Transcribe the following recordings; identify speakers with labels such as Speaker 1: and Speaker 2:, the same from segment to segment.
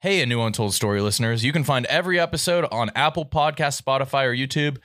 Speaker 1: Hey, a new Untold Story listeners, you can find every episode on Apple Podcast, Spotify, or YouTube.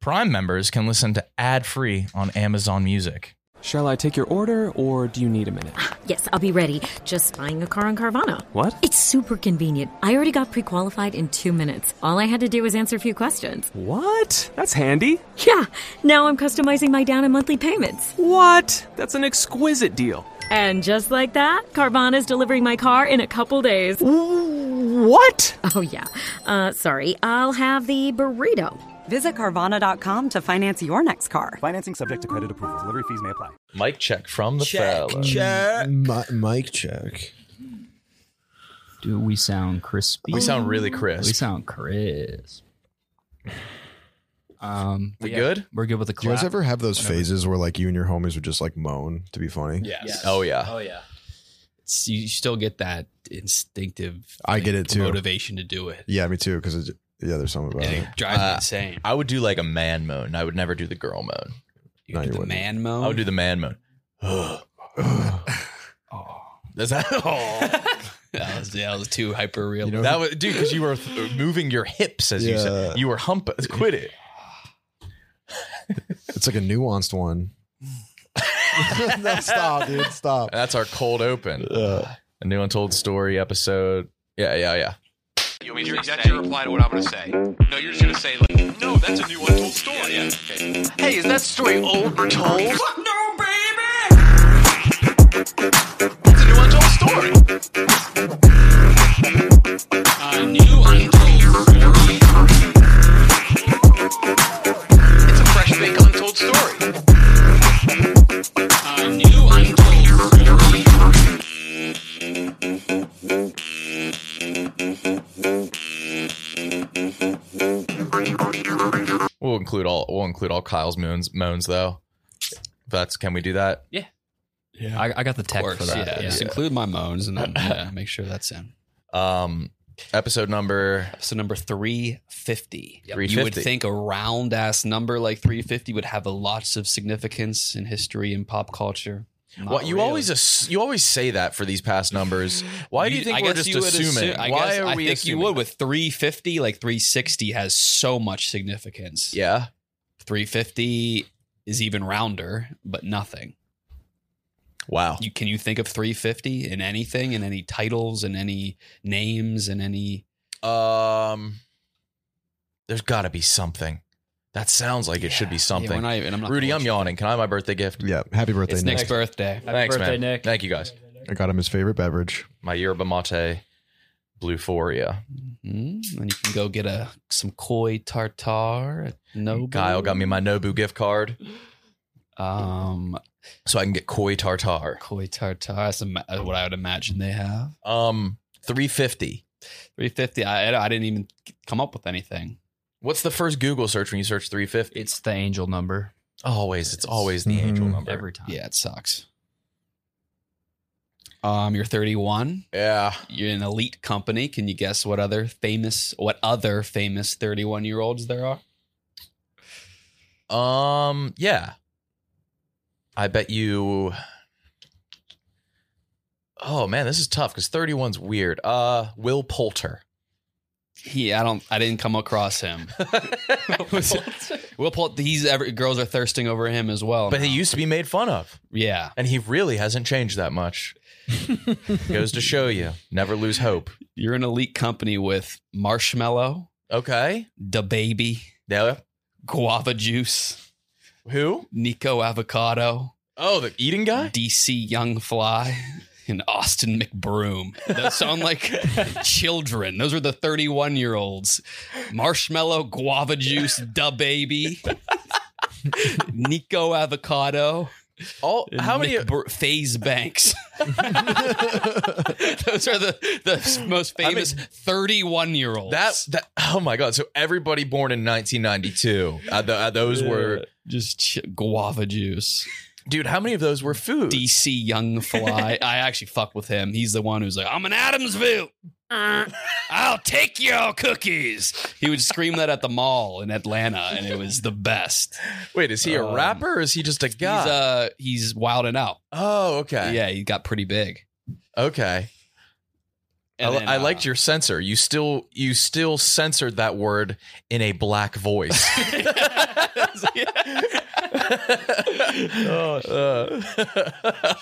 Speaker 1: Prime members can listen to ad free on Amazon Music.
Speaker 2: Shall I take your order or do you need a minute?
Speaker 3: Yes, I'll be ready. Just buying a car on Carvana.
Speaker 2: What?
Speaker 3: It's super convenient. I already got pre qualified in two minutes. All I had to do was answer a few questions.
Speaker 2: What? That's handy.
Speaker 3: Yeah, now I'm customizing my down and monthly payments.
Speaker 2: What? That's an exquisite deal.
Speaker 3: And just like that, Carvana's delivering my car in a couple days.
Speaker 2: What?
Speaker 3: Oh, yeah. Uh, sorry, I'll have the burrito.
Speaker 4: Visit Carvana.com to finance your next car.
Speaker 5: Financing subject to credit approval. Delivery fees may apply.
Speaker 1: Mic check from the
Speaker 6: Check,
Speaker 1: fellas.
Speaker 6: check.
Speaker 7: Mi- mic check.
Speaker 8: Do we sound crispy?
Speaker 1: We sound really crisp.
Speaker 8: We sound crisp. Um,
Speaker 1: We
Speaker 8: yeah,
Speaker 1: good?
Speaker 8: We're good with the
Speaker 7: Do you
Speaker 8: clap.
Speaker 7: guys ever have those phases where like you and your homies would just like moan to be funny?
Speaker 1: Yes. Oh, yeah.
Speaker 8: Oh yeah. It's, you still get that instinctive.
Speaker 7: I get it, too.
Speaker 8: Motivation to do it.
Speaker 7: Yeah, me too. Because yeah, there's something about
Speaker 8: And
Speaker 7: it.
Speaker 8: it drives
Speaker 1: Uh,
Speaker 8: me insane.
Speaker 1: I would do like a man moan. I would never do the girl moan.
Speaker 8: You
Speaker 7: No,
Speaker 8: do
Speaker 7: you
Speaker 8: the
Speaker 7: wouldn't.
Speaker 8: man mode.
Speaker 1: I would do the man moan. Does that?
Speaker 8: that was that was too hyper real.
Speaker 7: You know-
Speaker 1: That was, dude, because you were th- uh, moving your hips as you
Speaker 7: Yeah.
Speaker 1: said. You were hump. Quit it.
Speaker 7: It's like a nuanced one. no, stop, dude. Stop.
Speaker 1: That's our cold open. a new untold story episode. Yeah, yeah, yeah.
Speaker 9: You want me to that's your reply to what I'm going to say. No, you're just going to say, like, no, that's a new untold story. Hey, is that story old or told? No, baby! It's a new untold story. A new untold story. It's a fresh baked untold story. A new untold story.
Speaker 1: We'll include all. We'll include all Kyle's moans. Moans though. That's. Can we do that?
Speaker 8: I, I got the tech
Speaker 1: course,
Speaker 8: for that.
Speaker 1: yeah,
Speaker 8: Just
Speaker 1: yeah.
Speaker 8: include my moans and then yeah, make sure that's in.
Speaker 1: Um, episode number.
Speaker 8: So number three fifty. You would
Speaker 1: 350.
Speaker 8: think a round ass number like three fifty would have a lots of significance in history and pop culture. Not
Speaker 1: What you
Speaker 8: really.
Speaker 1: always ass- you always say that for these past numbers. Why do you think
Speaker 8: I
Speaker 1: we're
Speaker 8: guess
Speaker 1: just
Speaker 8: you would
Speaker 1: assuming?
Speaker 8: assume- I
Speaker 1: Why
Speaker 8: guess,
Speaker 1: are
Speaker 8: I
Speaker 1: we
Speaker 8: think
Speaker 1: assuming
Speaker 8: you would
Speaker 1: that?
Speaker 8: with 350, like 360 has so much significance.
Speaker 1: Yeah.
Speaker 8: 350 is even rounder, but nothing.
Speaker 1: Wow.
Speaker 8: You can you think of 350 in anything, in any titles, in any names, in any
Speaker 1: Um, there's got to be something. That sounds like it should be
Speaker 8: Yeah, we're
Speaker 1: something.
Speaker 8: not even- I'm not
Speaker 1: Rudy,
Speaker 8: gonna
Speaker 1: I'm
Speaker 8: watch-
Speaker 1: yawning. Can I have my birthday gift?
Speaker 7: Yeah. Happy birthday,
Speaker 8: It's
Speaker 7: Nick.
Speaker 8: Nick's birthday.
Speaker 1: Thanks,
Speaker 6: birthday,
Speaker 1: man.
Speaker 6: Nick.
Speaker 1: Thank you guys.
Speaker 7: I got him his favorite beverage.
Speaker 1: My yerba mate, Blueforia.
Speaker 8: Mm, and you can go get a some koi tartar at Nobu.
Speaker 1: Kyle got me my Nobu gift card,
Speaker 8: um
Speaker 1: so I can get koi tartar.
Speaker 8: koi tartar. That's a ma- uh, what I would imagine they have.
Speaker 1: Um, three fifty.
Speaker 8: 350. I I didn't even come up with anything.
Speaker 1: What's the first Google search when you search three fifty?
Speaker 10: It's the angel number
Speaker 1: Always, it's always the angel
Speaker 7: Mhm.
Speaker 1: number.
Speaker 10: every time.
Speaker 8: Yeah, it sucks. Um, you're 31.
Speaker 1: yeah,
Speaker 8: You're an elite company. Can you guess what other famous what other famous 31 year olds there are?
Speaker 1: Um, yeah. I bet you. Oh man, this is tough because 31's weird. Uh, Will Poulter.
Speaker 8: He, I don't, I didn't come across him. Will Poulter. He's every girls are thirsting over him as well.
Speaker 1: But he used to be made fun of,
Speaker 8: yeah,
Speaker 1: and he really hasn't changed that much. Goes to show you, never lose hope.
Speaker 8: you're an elite company with Marshmallow,
Speaker 1: Okay.
Speaker 8: Da Baby,
Speaker 1: Now,
Speaker 8: Guava Juice,
Speaker 1: who?
Speaker 8: Nico Avocado,
Speaker 1: Oh, the eating guy?
Speaker 8: DC Young Fly and Austin McBroom. Those sound like children. Those are the 31 year olds. Marshmallow, guava juice, da baby, Nico avocado.
Speaker 1: All,
Speaker 8: and
Speaker 1: how many?
Speaker 8: McBr- Faze Banks? Those are the, the most
Speaker 1: I mean-
Speaker 8: famous 31 year olds.
Speaker 1: That, that, oh my God. So everybody born in 1992, uh, th- uh, those were,
Speaker 8: just ch- guava juice.
Speaker 1: dude, how many of those were food?
Speaker 8: DC Young Fly. I actually fuck with him. He's the one who's like, I'm in Adamsville. Uh, I'll take your cookies. He would scream that at the mall in Atlanta, and it was the best.
Speaker 1: Wait, is he a
Speaker 8: Um,
Speaker 1: rapper or is he just a guy?
Speaker 8: He's uh he's wilding out.
Speaker 1: oh, okay.
Speaker 8: Yeah, he got pretty big.
Speaker 1: Okay. I,
Speaker 8: And then,
Speaker 1: I
Speaker 8: uh,
Speaker 1: liked your censor. You still you still censored that word in a black voice.
Speaker 8: Oh,
Speaker 1: Uh,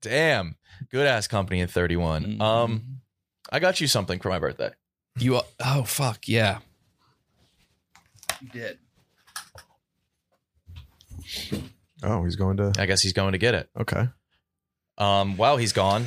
Speaker 1: damn, good ass company in thirty one.
Speaker 8: Mm-hmm.
Speaker 1: Um, I got you something for my birthday.
Speaker 8: You are, oh fuck yeah. You did.
Speaker 7: Oh, he's going to.
Speaker 1: I guess he's going to get it.
Speaker 7: Okay.
Speaker 1: Um, while he's gone,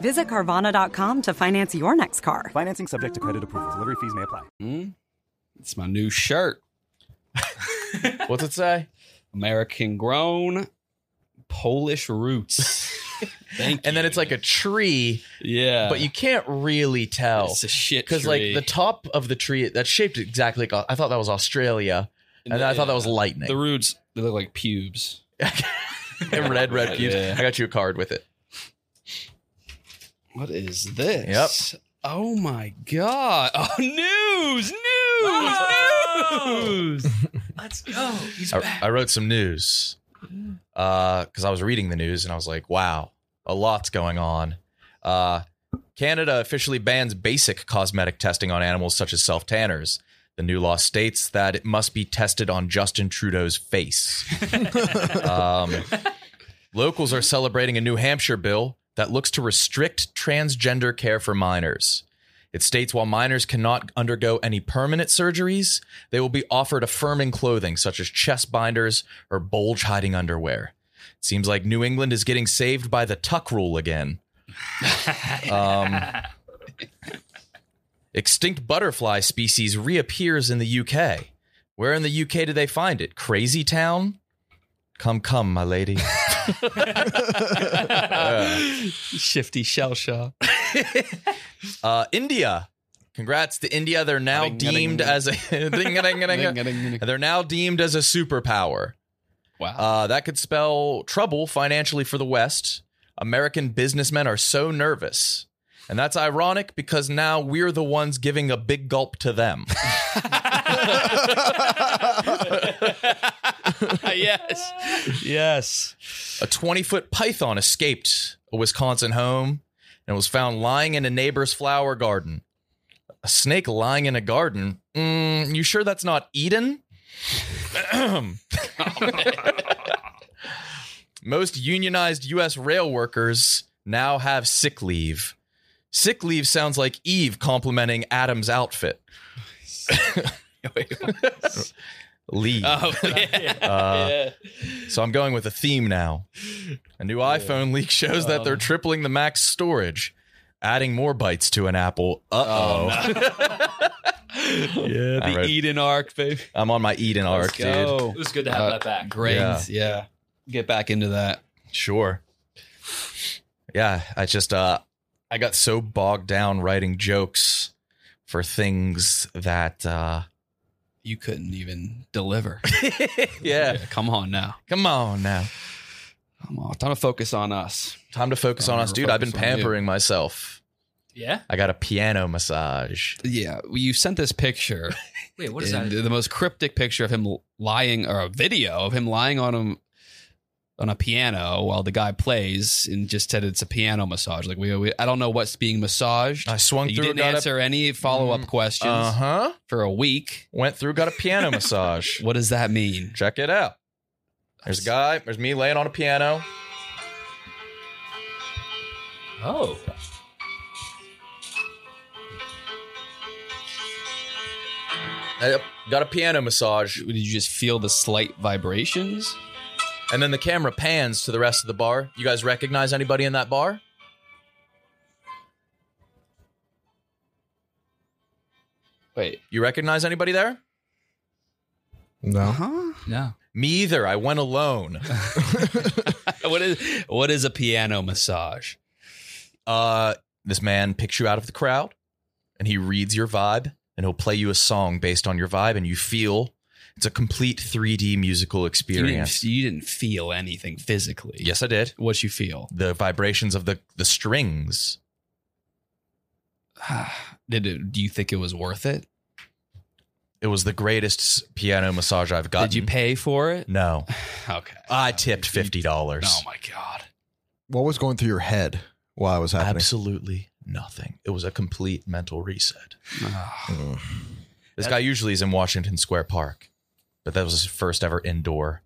Speaker 4: Visit Carvana.com to finance your next car.
Speaker 5: Financing subject to credit approval. Delivery fees may apply.
Speaker 8: Hmm? It's my new shirt.
Speaker 1: what's it say?
Speaker 8: American grown, Polish roots. Thank
Speaker 1: And then
Speaker 8: you.
Speaker 1: it's like a tree,
Speaker 8: yeah,
Speaker 1: but you can't really tell
Speaker 8: it's a shit
Speaker 1: because like
Speaker 8: tree.
Speaker 1: the top of the tree that's shaped exactly like I thought that was Australia, and, then I thought that was lightning.
Speaker 8: the roots they look like pubes.
Speaker 1: And red, red cubes.
Speaker 8: Yeah.
Speaker 1: I got you a card with it.
Speaker 8: What is this? Yep. Oh my god! Oh, news, news, news! Let's go. He's
Speaker 1: I, I wrote some news because I was reading the news and I was like, wow, a lot's going on. Uh, Canada officially bans basic cosmetic testing on animals such as self tanners. The new law states that it must be tested on Justin Trudeau's face. um, locals are celebrating a New Hampshire bill that looks to restrict transgender care for minors. It states while minors cannot undergo any permanent surgeries, they will be offered affirming clothing such as chest binders or bulge hiding underwear. It seems like New England is getting saved by the tuck rule again. um, extinct butterfly species reappears in the UK. Where in the UK do they find it? Crazy Town? Come, come, my lady.
Speaker 8: shifty shell shot.
Speaker 1: Uh, India. Congrats to India. They're now
Speaker 8: Ding, ding,
Speaker 1: deemed
Speaker 8: ding.
Speaker 1: as a they're now deemed as a superpower.
Speaker 8: Wow.
Speaker 1: Uh, that could spell trouble financially for the West. American businessmen are so nervous. And that's ironic because now we're the ones giving a big gulp to them.
Speaker 8: yes. Yes.
Speaker 1: a 20 foot python escaped a Wisconsin home and was found lying in a neighbor's flower garden. A snake lying in a garden? Mm, you sure that's not Eden? Most unionized U.S. rail workers now have sick leave. Sick leave sounds like Eve complimenting Adam's outfit. leave.
Speaker 8: Oh, yeah.
Speaker 1: Uh,
Speaker 8: yeah.
Speaker 1: So I'm going with a theme now. A new iPhone leak shows that
Speaker 8: Um,
Speaker 1: they're tripling the max storage, adding more bytes to an Apple. Uh oh.
Speaker 8: Yeah,
Speaker 1: I
Speaker 8: the
Speaker 1: read-
Speaker 8: Eden arc, baby.
Speaker 1: I'm on my Eden arc, dude.
Speaker 8: It was good to have that back. Great.
Speaker 1: Yeah.
Speaker 8: Uh, Yeah. Get back into that.
Speaker 1: Sure. Yeah, I just uh I got so bogged down writing jokes for things that uh
Speaker 8: You couldn't even deliver.
Speaker 1: yeah,
Speaker 8: Come on now.
Speaker 1: come on now.
Speaker 8: Come on. Time to focus on us.
Speaker 1: Time to focus on
Speaker 8: Time
Speaker 1: us,
Speaker 8: to
Speaker 1: dude. I've been
Speaker 8: focus on you.
Speaker 1: pampering myself.
Speaker 6: Yeah.
Speaker 1: I got a piano massage.
Speaker 8: Yeah. well, You sent this picture.
Speaker 6: Wait, what is
Speaker 8: and
Speaker 6: that?
Speaker 8: The most cryptic picture of him lying, or a video of him lying on him on a piano while the guy plays, and just said it's a piano massage. Like we, we I don't know what's being massaged.
Speaker 1: I swung
Speaker 8: you
Speaker 1: through
Speaker 8: didn't
Speaker 1: got
Speaker 8: answer any follow up
Speaker 1: Mm,
Speaker 8: questions
Speaker 1: Uh-huh.
Speaker 8: for a week.
Speaker 1: Went through got a piano massage.
Speaker 8: What does that mean?
Speaker 1: Check it out. There's a guy. There's me laying on a piano.
Speaker 6: Oh.
Speaker 1: I got a piano massage,
Speaker 8: Did you just feel the slight vibrations?
Speaker 1: and then the camera pans to the rest of the bar. You guys recognize anybody in that bar?
Speaker 8: Wait,
Speaker 1: You recognize anybody there?
Speaker 7: No.
Speaker 8: huh?
Speaker 6: No.
Speaker 1: Me either. I went alone.
Speaker 8: What is what is a piano massage?
Speaker 1: Uh, this man picks you out of the crowd, and he reads your vibe, and he'll play you a song based on your vibe, and you feel it's a complete 3D musical
Speaker 8: You didn't,
Speaker 1: experience.
Speaker 8: you didn't feel anything physically.
Speaker 1: yes, I did.
Speaker 8: What you feel?
Speaker 1: The vibrations of the the strings.
Speaker 8: Did it, do you think it was worth it?
Speaker 1: It was the greatest s- piano massage I've gotten.
Speaker 8: Did you pay for it?
Speaker 1: No,
Speaker 8: Okay.
Speaker 1: I tipped fifty dollars.
Speaker 8: Oh my god.
Speaker 7: What was going through your head while it was happening?
Speaker 1: Absolutely nothing. It was a complete mental reset.
Speaker 7: Mm.
Speaker 1: This guy usually is in Washington Square Park, but that was his first ever indoor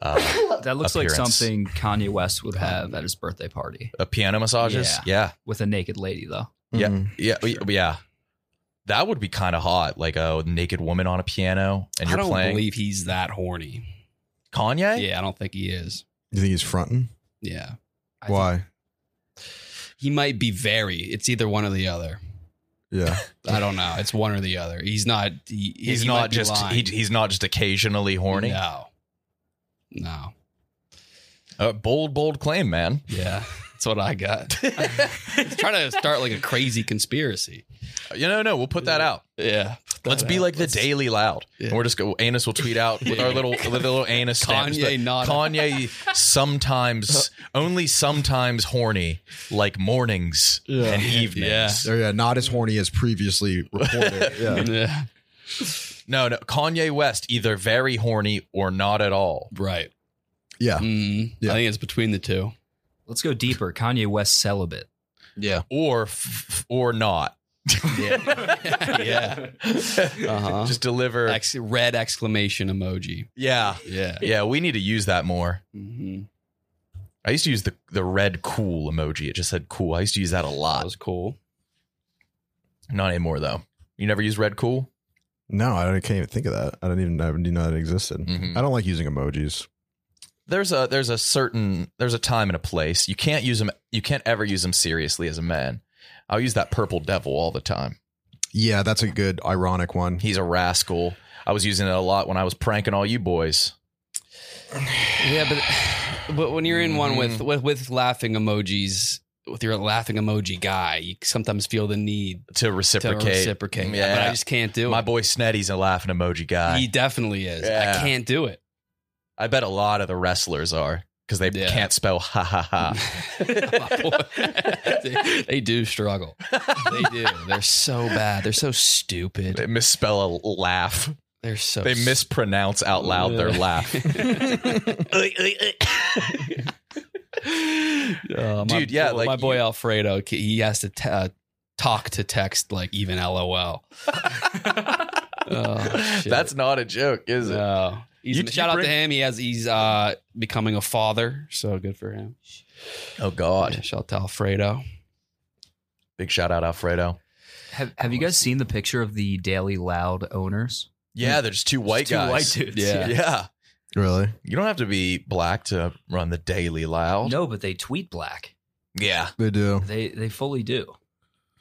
Speaker 1: uh,
Speaker 6: That looks like
Speaker 1: Appearance.
Speaker 6: something Kanye West would have at his birthday party
Speaker 1: uh, piano massages. Yeah,
Speaker 6: with a naked lady, though.
Speaker 1: yeah,
Speaker 7: Mm.
Speaker 1: yeah, yeah, yeah. That would be kind of hot, like a naked woman on a piano, and
Speaker 8: I
Speaker 1: you're
Speaker 8: don't
Speaker 1: playing
Speaker 8: believe he's that horny.
Speaker 1: Kanye.
Speaker 8: Yeah, I don't think he is.
Speaker 7: You think he's fronting?
Speaker 8: Yeah. I think
Speaker 7: Why?
Speaker 8: he might be very. It's either one or the other.
Speaker 7: Yeah.
Speaker 8: I don't know. It's one or the other. He's not. He,
Speaker 1: He's
Speaker 8: he might
Speaker 1: not
Speaker 8: be
Speaker 1: just he,
Speaker 8: lying.
Speaker 1: he's not just occasionally horny.
Speaker 8: No. No.
Speaker 1: Uh, bold, bold claim, man.
Speaker 8: Yeah. That's what I got. trying to start like a crazy conspiracy.
Speaker 1: You know, no, we'll put that out.
Speaker 8: Yeah.
Speaker 1: Let's be like the Daily Loud.
Speaker 8: Yeah.
Speaker 1: And we're just go. Anus will tweet out with our little with our little anus stamps.
Speaker 8: Kanye
Speaker 1: But
Speaker 8: not-
Speaker 1: Kanye sometimes only sometimes horny like mornings and evenings.
Speaker 8: Yeah.
Speaker 7: Oh, yeah. Not as horny as previously reported. Yeah.
Speaker 8: Yeah.
Speaker 1: No, no. Kanye West either very horny or not at all.
Speaker 8: Right.
Speaker 7: Yeah.
Speaker 8: Mm,
Speaker 7: Yeah.
Speaker 8: I think it's between the two.
Speaker 6: Let's go deeper. Kanye West celibate.
Speaker 8: Yeah.
Speaker 1: Or f- f- or not.
Speaker 8: yeah. Uh-huh.
Speaker 1: Just deliver.
Speaker 8: Ex- red exclamation emoji.
Speaker 1: yeah.
Speaker 8: Yeah.
Speaker 1: Yeah, we need to use that more.
Speaker 8: Mhm.
Speaker 1: I used to use the the red cool emoji. It just said cool. I used to use that a
Speaker 8: That
Speaker 1: lot.
Speaker 8: was cool.
Speaker 1: Not anymore though. You never use red cool?
Speaker 7: No, I can't even think of that. I didn't even I didn't know that existed.
Speaker 1: Mhm.
Speaker 7: I don't like using emojis.
Speaker 1: there's a there's a certain there's a time and a place you can't use them you can't ever use them seriously as a man i'll use that purple devil all the time
Speaker 7: Yeah, that's a good ironic one.
Speaker 1: he's a rascal i was using it a lot when i was pranking all you boys
Speaker 8: Yeah, but but when you're in one with with, with laughing emojis, with your laughing emoji guy, you sometimes feel the need
Speaker 1: to
Speaker 8: to
Speaker 1: reciprocate
Speaker 8: reciprocate. Yeah, but I just can't do
Speaker 1: my
Speaker 8: it.
Speaker 1: boy snetty's a laughing emoji guy
Speaker 8: he definitely is.
Speaker 1: Yeah.
Speaker 8: I can't do it.
Speaker 1: i bet a lot of the wrestlers are because they
Speaker 8: Yeah.
Speaker 1: can't spell ha ha ha
Speaker 8: they, they do struggle. They do. They're so bad. They're so
Speaker 1: they
Speaker 8: stupid.
Speaker 1: misspell a laugh
Speaker 8: They're so
Speaker 1: they mispronounce out loud their laugh
Speaker 8: Uh, my
Speaker 1: Dude, yeah,
Speaker 8: boy-
Speaker 1: like
Speaker 8: my boy
Speaker 1: you-
Speaker 8: Alfredo, he has to t- uh, talk to text like even LOL. oh, shit.
Speaker 1: that's not a joke is it
Speaker 8: No. He's,
Speaker 1: You- you
Speaker 8: shout out
Speaker 1: bring-
Speaker 8: to him. He has he's uh becoming a father, so good for him.
Speaker 1: oh god
Speaker 8: Yeah, shout out to Alfredo.
Speaker 1: big shout out alfredo
Speaker 6: Have Have you guys seen the picture of the Daily Loud owners?
Speaker 1: Yeah,
Speaker 8: Mm.
Speaker 1: they're just two white
Speaker 6: It's two
Speaker 1: guys.
Speaker 6: white dudes.
Speaker 8: Yeah.
Speaker 1: Yeah.
Speaker 7: Really?
Speaker 1: You don't have to be black to run the Daily Loud.
Speaker 6: No, but they tweet black.
Speaker 1: Yeah.
Speaker 7: They do.
Speaker 6: They They fully do.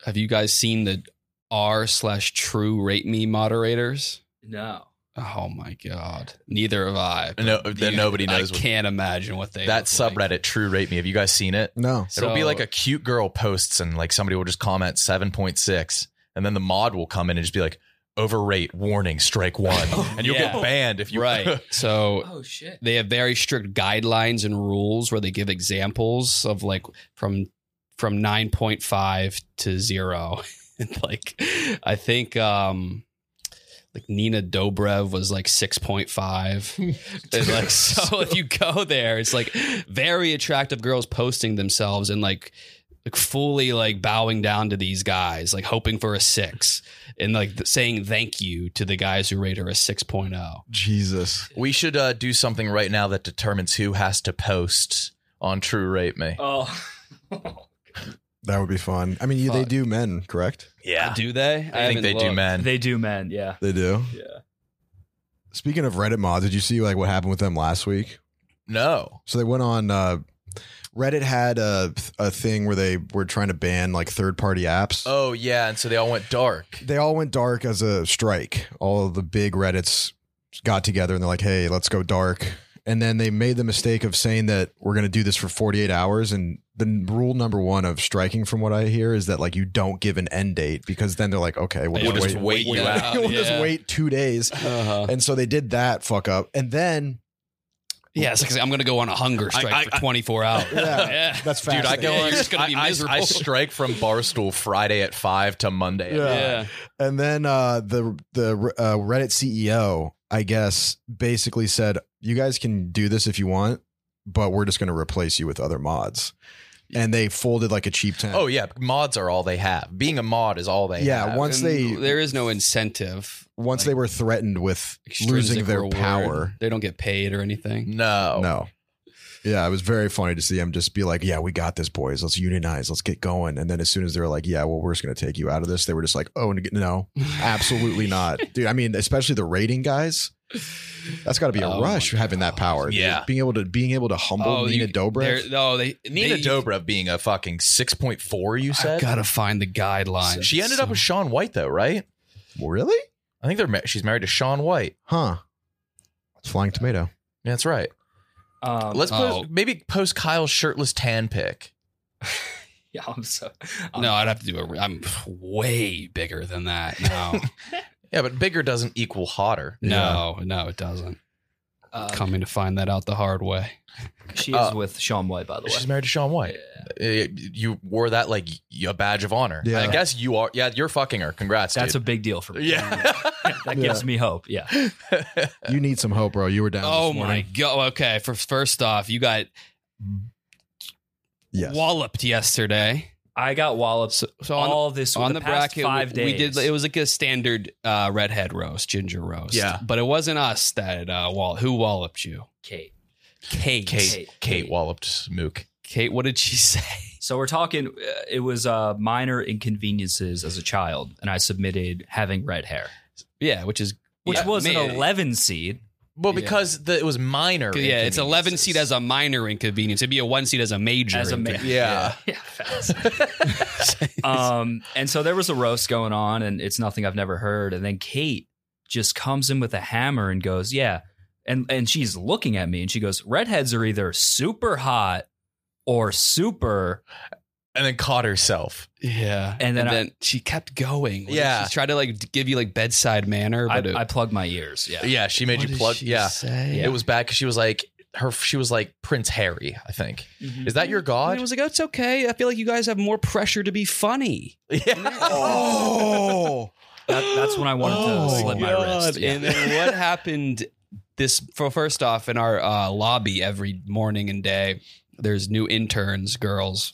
Speaker 8: Have you guys seen the R slash true rate me moderators?
Speaker 6: No.
Speaker 8: Oh my god. Neither have I. but
Speaker 1: No, then
Speaker 8: you-
Speaker 1: nobody knows
Speaker 8: I
Speaker 1: what,
Speaker 8: can't imagine what they
Speaker 1: that
Speaker 8: look like.
Speaker 1: subreddit True Rate Me. Have you guys seen it?
Speaker 7: No.
Speaker 1: It'll be
Speaker 8: So-
Speaker 1: like a cute girl posts and like somebody will just comment 7.6 and then the mod will come in and just be like overrate warning strike 1 and you'll
Speaker 8: Oh, Yeah.
Speaker 1: get banned if you
Speaker 8: Right. So
Speaker 6: Oh shit.
Speaker 8: they have very strict guidelines and rules where they give examples of like from from 9.5 to 0 and like i think um like Nina Dobrev was like 6.5. and like so if you go there it's like very attractive girls posting themselves and like like fully like bowing down to these guys like hoping for a 6 and like th- saying thank you to the guys who rate her a oh. 6.0.
Speaker 7: Jesus.
Speaker 1: We should uh, do something right now that determines who has to post on True Rate Me.
Speaker 6: Oh.
Speaker 7: That would be fun. I mean, you, they
Speaker 8: Fuck.
Speaker 7: do men, correct?
Speaker 1: yeah.
Speaker 8: Do they?
Speaker 1: I, think
Speaker 8: haven't
Speaker 1: they do
Speaker 8: looked.
Speaker 1: man.
Speaker 6: They do, man. Yeah.
Speaker 7: They do.
Speaker 6: Yeah.
Speaker 7: Speaking of Reddit mods, did you see like what happened with them last week?
Speaker 1: no.
Speaker 7: So they went on uh Reddit had a a thing where they were trying to ban like third party apps.
Speaker 1: Oh yeah, and so they all went dark.
Speaker 7: They all went dark as a strike. All of the big Reddits got together and they're like, "Hey, let's go dark." And then they made the mistake of saying that we're going to do this for 48 hours. And the n- rule number one of striking, from what I hear, is that like you don't give an end date because then they're like, okay, we'll,
Speaker 1: We'll
Speaker 7: just
Speaker 1: just
Speaker 7: wait.
Speaker 1: wait you out.
Speaker 7: we'll just wait two days.
Speaker 8: Uh-huh.
Speaker 7: And so they did that fuck up. And then
Speaker 8: Yeah, it's like I'm gonna go on a hunger strike
Speaker 1: I-
Speaker 8: for 24 hours.
Speaker 7: Yeah. that's
Speaker 1: Dude, I
Speaker 7: fascinating.
Speaker 1: go
Speaker 8: Yeah,
Speaker 1: on.
Speaker 8: you're just gonna be
Speaker 1: I- I-
Speaker 8: miserable.
Speaker 1: I, strike from Barstool Friday at five to Monday.
Speaker 7: Yeah.
Speaker 8: Yeah.
Speaker 7: And then uh, the the uh, Reddit CEO, I guess, basically said, "You guys can do this if you want, but we're just going to replace you with other mods." And they folded like a cheap tent.
Speaker 1: Oh yeah, mods are all they have. Being a mod is all they
Speaker 7: yeah.
Speaker 1: have.
Speaker 7: Once
Speaker 8: And
Speaker 7: they
Speaker 8: there is no incentive.
Speaker 7: once
Speaker 8: like,
Speaker 7: they were threatened with
Speaker 8: extrinsic
Speaker 7: losing their
Speaker 8: reward.
Speaker 7: power,
Speaker 8: They don't get paid or anything.
Speaker 1: No.
Speaker 7: no. Yeah, it was very funny to see them just be like, "Yeah, we got this, boys. Let's unionize. Let's get going." And then as soon as they were like, "Yeah, well, we're just going to take you out of this," they were just like, "Oh no, absolutely not, dude." I mean, especially the rating guys. That's got to be a
Speaker 8: Oh my
Speaker 7: rush having that
Speaker 8: God.
Speaker 7: power.
Speaker 1: Yeah.
Speaker 7: being able to being able to humble Nina
Speaker 8: Oh, you-
Speaker 7: Dobrev.
Speaker 8: they're- No, they
Speaker 1: Nina
Speaker 8: they,
Speaker 1: Dobrev being a fucking six point four. You
Speaker 8: I
Speaker 1: said
Speaker 8: gotta find the guidelines.
Speaker 1: she ended up with Sean White though, right?
Speaker 7: Really?
Speaker 1: I think they're ma- she's married to Sean White.
Speaker 7: Huh? It's flying tomato.
Speaker 1: Yeah, that's right.
Speaker 6: Um,
Speaker 1: Let's
Speaker 8: oh.
Speaker 1: post, maybe post Kyle's shirtless tan pic.
Speaker 6: yeah, I'm so. I'm-
Speaker 8: No, I'd have to do a. I'm way bigger than that. No,
Speaker 1: Yeah, but bigger doesn't equal hotter.
Speaker 8: no, no, it doesn't.
Speaker 6: uh,
Speaker 8: Coming to find that out the hard way.
Speaker 6: she is
Speaker 1: uh,
Speaker 6: with Sean White, by the way.
Speaker 1: She's married to Sean White. Uh, You wore that like y- a badge of honor.
Speaker 7: Yeah.
Speaker 1: I guess you are. Yeah, you're fucking her. Congrats.
Speaker 6: That's
Speaker 1: dude.
Speaker 6: a big deal for me.
Speaker 1: yeah.
Speaker 6: that gives me hope. Yeah.
Speaker 7: You need some hope, bro. You were down.
Speaker 8: Oh
Speaker 7: this
Speaker 8: my
Speaker 7: morning.
Speaker 8: god. Okay, for first off, you got
Speaker 7: Yes.
Speaker 8: walloped yesterday.
Speaker 6: I got wallops
Speaker 8: So on the-
Speaker 6: all this
Speaker 8: on
Speaker 6: on the, past five
Speaker 8: we-
Speaker 6: days.
Speaker 8: we did it was like a standard uh, redhead roast, ginger roast.
Speaker 1: Yeah.
Speaker 8: but it wasn't us that uh, wall who walloped you.
Speaker 6: Kate.
Speaker 8: Kate.
Speaker 1: Kate. Kate walloped Mook.
Speaker 8: Kate, what did she say?
Speaker 6: So we're talking. Uh, it was uh, minor inconveniences as a child, and I submitted having red hair,
Speaker 8: Yeah, which is
Speaker 6: which
Speaker 8: yeah,
Speaker 6: was an
Speaker 8: ma-
Speaker 6: eleven seed.
Speaker 1: Well,
Speaker 8: Yeah.
Speaker 1: because The, it was minor.
Speaker 8: Yeah, it's eleven seed as a minor inconvenience. It'd be a one seed as a major.
Speaker 6: As a ma-
Speaker 8: inconvenience.
Speaker 1: Yeah.
Speaker 6: Yeah, fast. um, and so there was a roast going on, and it's nothing I've never heard. And then Kate just comes in with a hammer and goes, "Yeah," and and she's looking at me, and she goes, "Redheads are either super hot or super."
Speaker 1: And then caught herself.
Speaker 8: yeah.
Speaker 6: And then I-
Speaker 8: she kept going. What did
Speaker 1: Yeah.
Speaker 8: she tried to like give you like bedside manner,
Speaker 6: I,
Speaker 8: but it,
Speaker 6: I plug my ears. Yeah.
Speaker 1: Yeah, she made
Speaker 8: what
Speaker 1: you
Speaker 8: did
Speaker 1: plug.
Speaker 8: she
Speaker 1: Yeah.
Speaker 8: say?
Speaker 1: It was bad because she was like, her. she was like Prince Harry, I think. Is that your
Speaker 8: And
Speaker 1: god?
Speaker 8: Mm-hmm. it was like, oh, it's okay. I feel like you guys have more pressure to be funny.
Speaker 7: Oh.
Speaker 6: That- that's when I wanted to
Speaker 7: Oh,
Speaker 6: slit my wrist. Yeah.
Speaker 8: And then what happened this for first off in our uh, lobby every morning and day, there's new interns, girls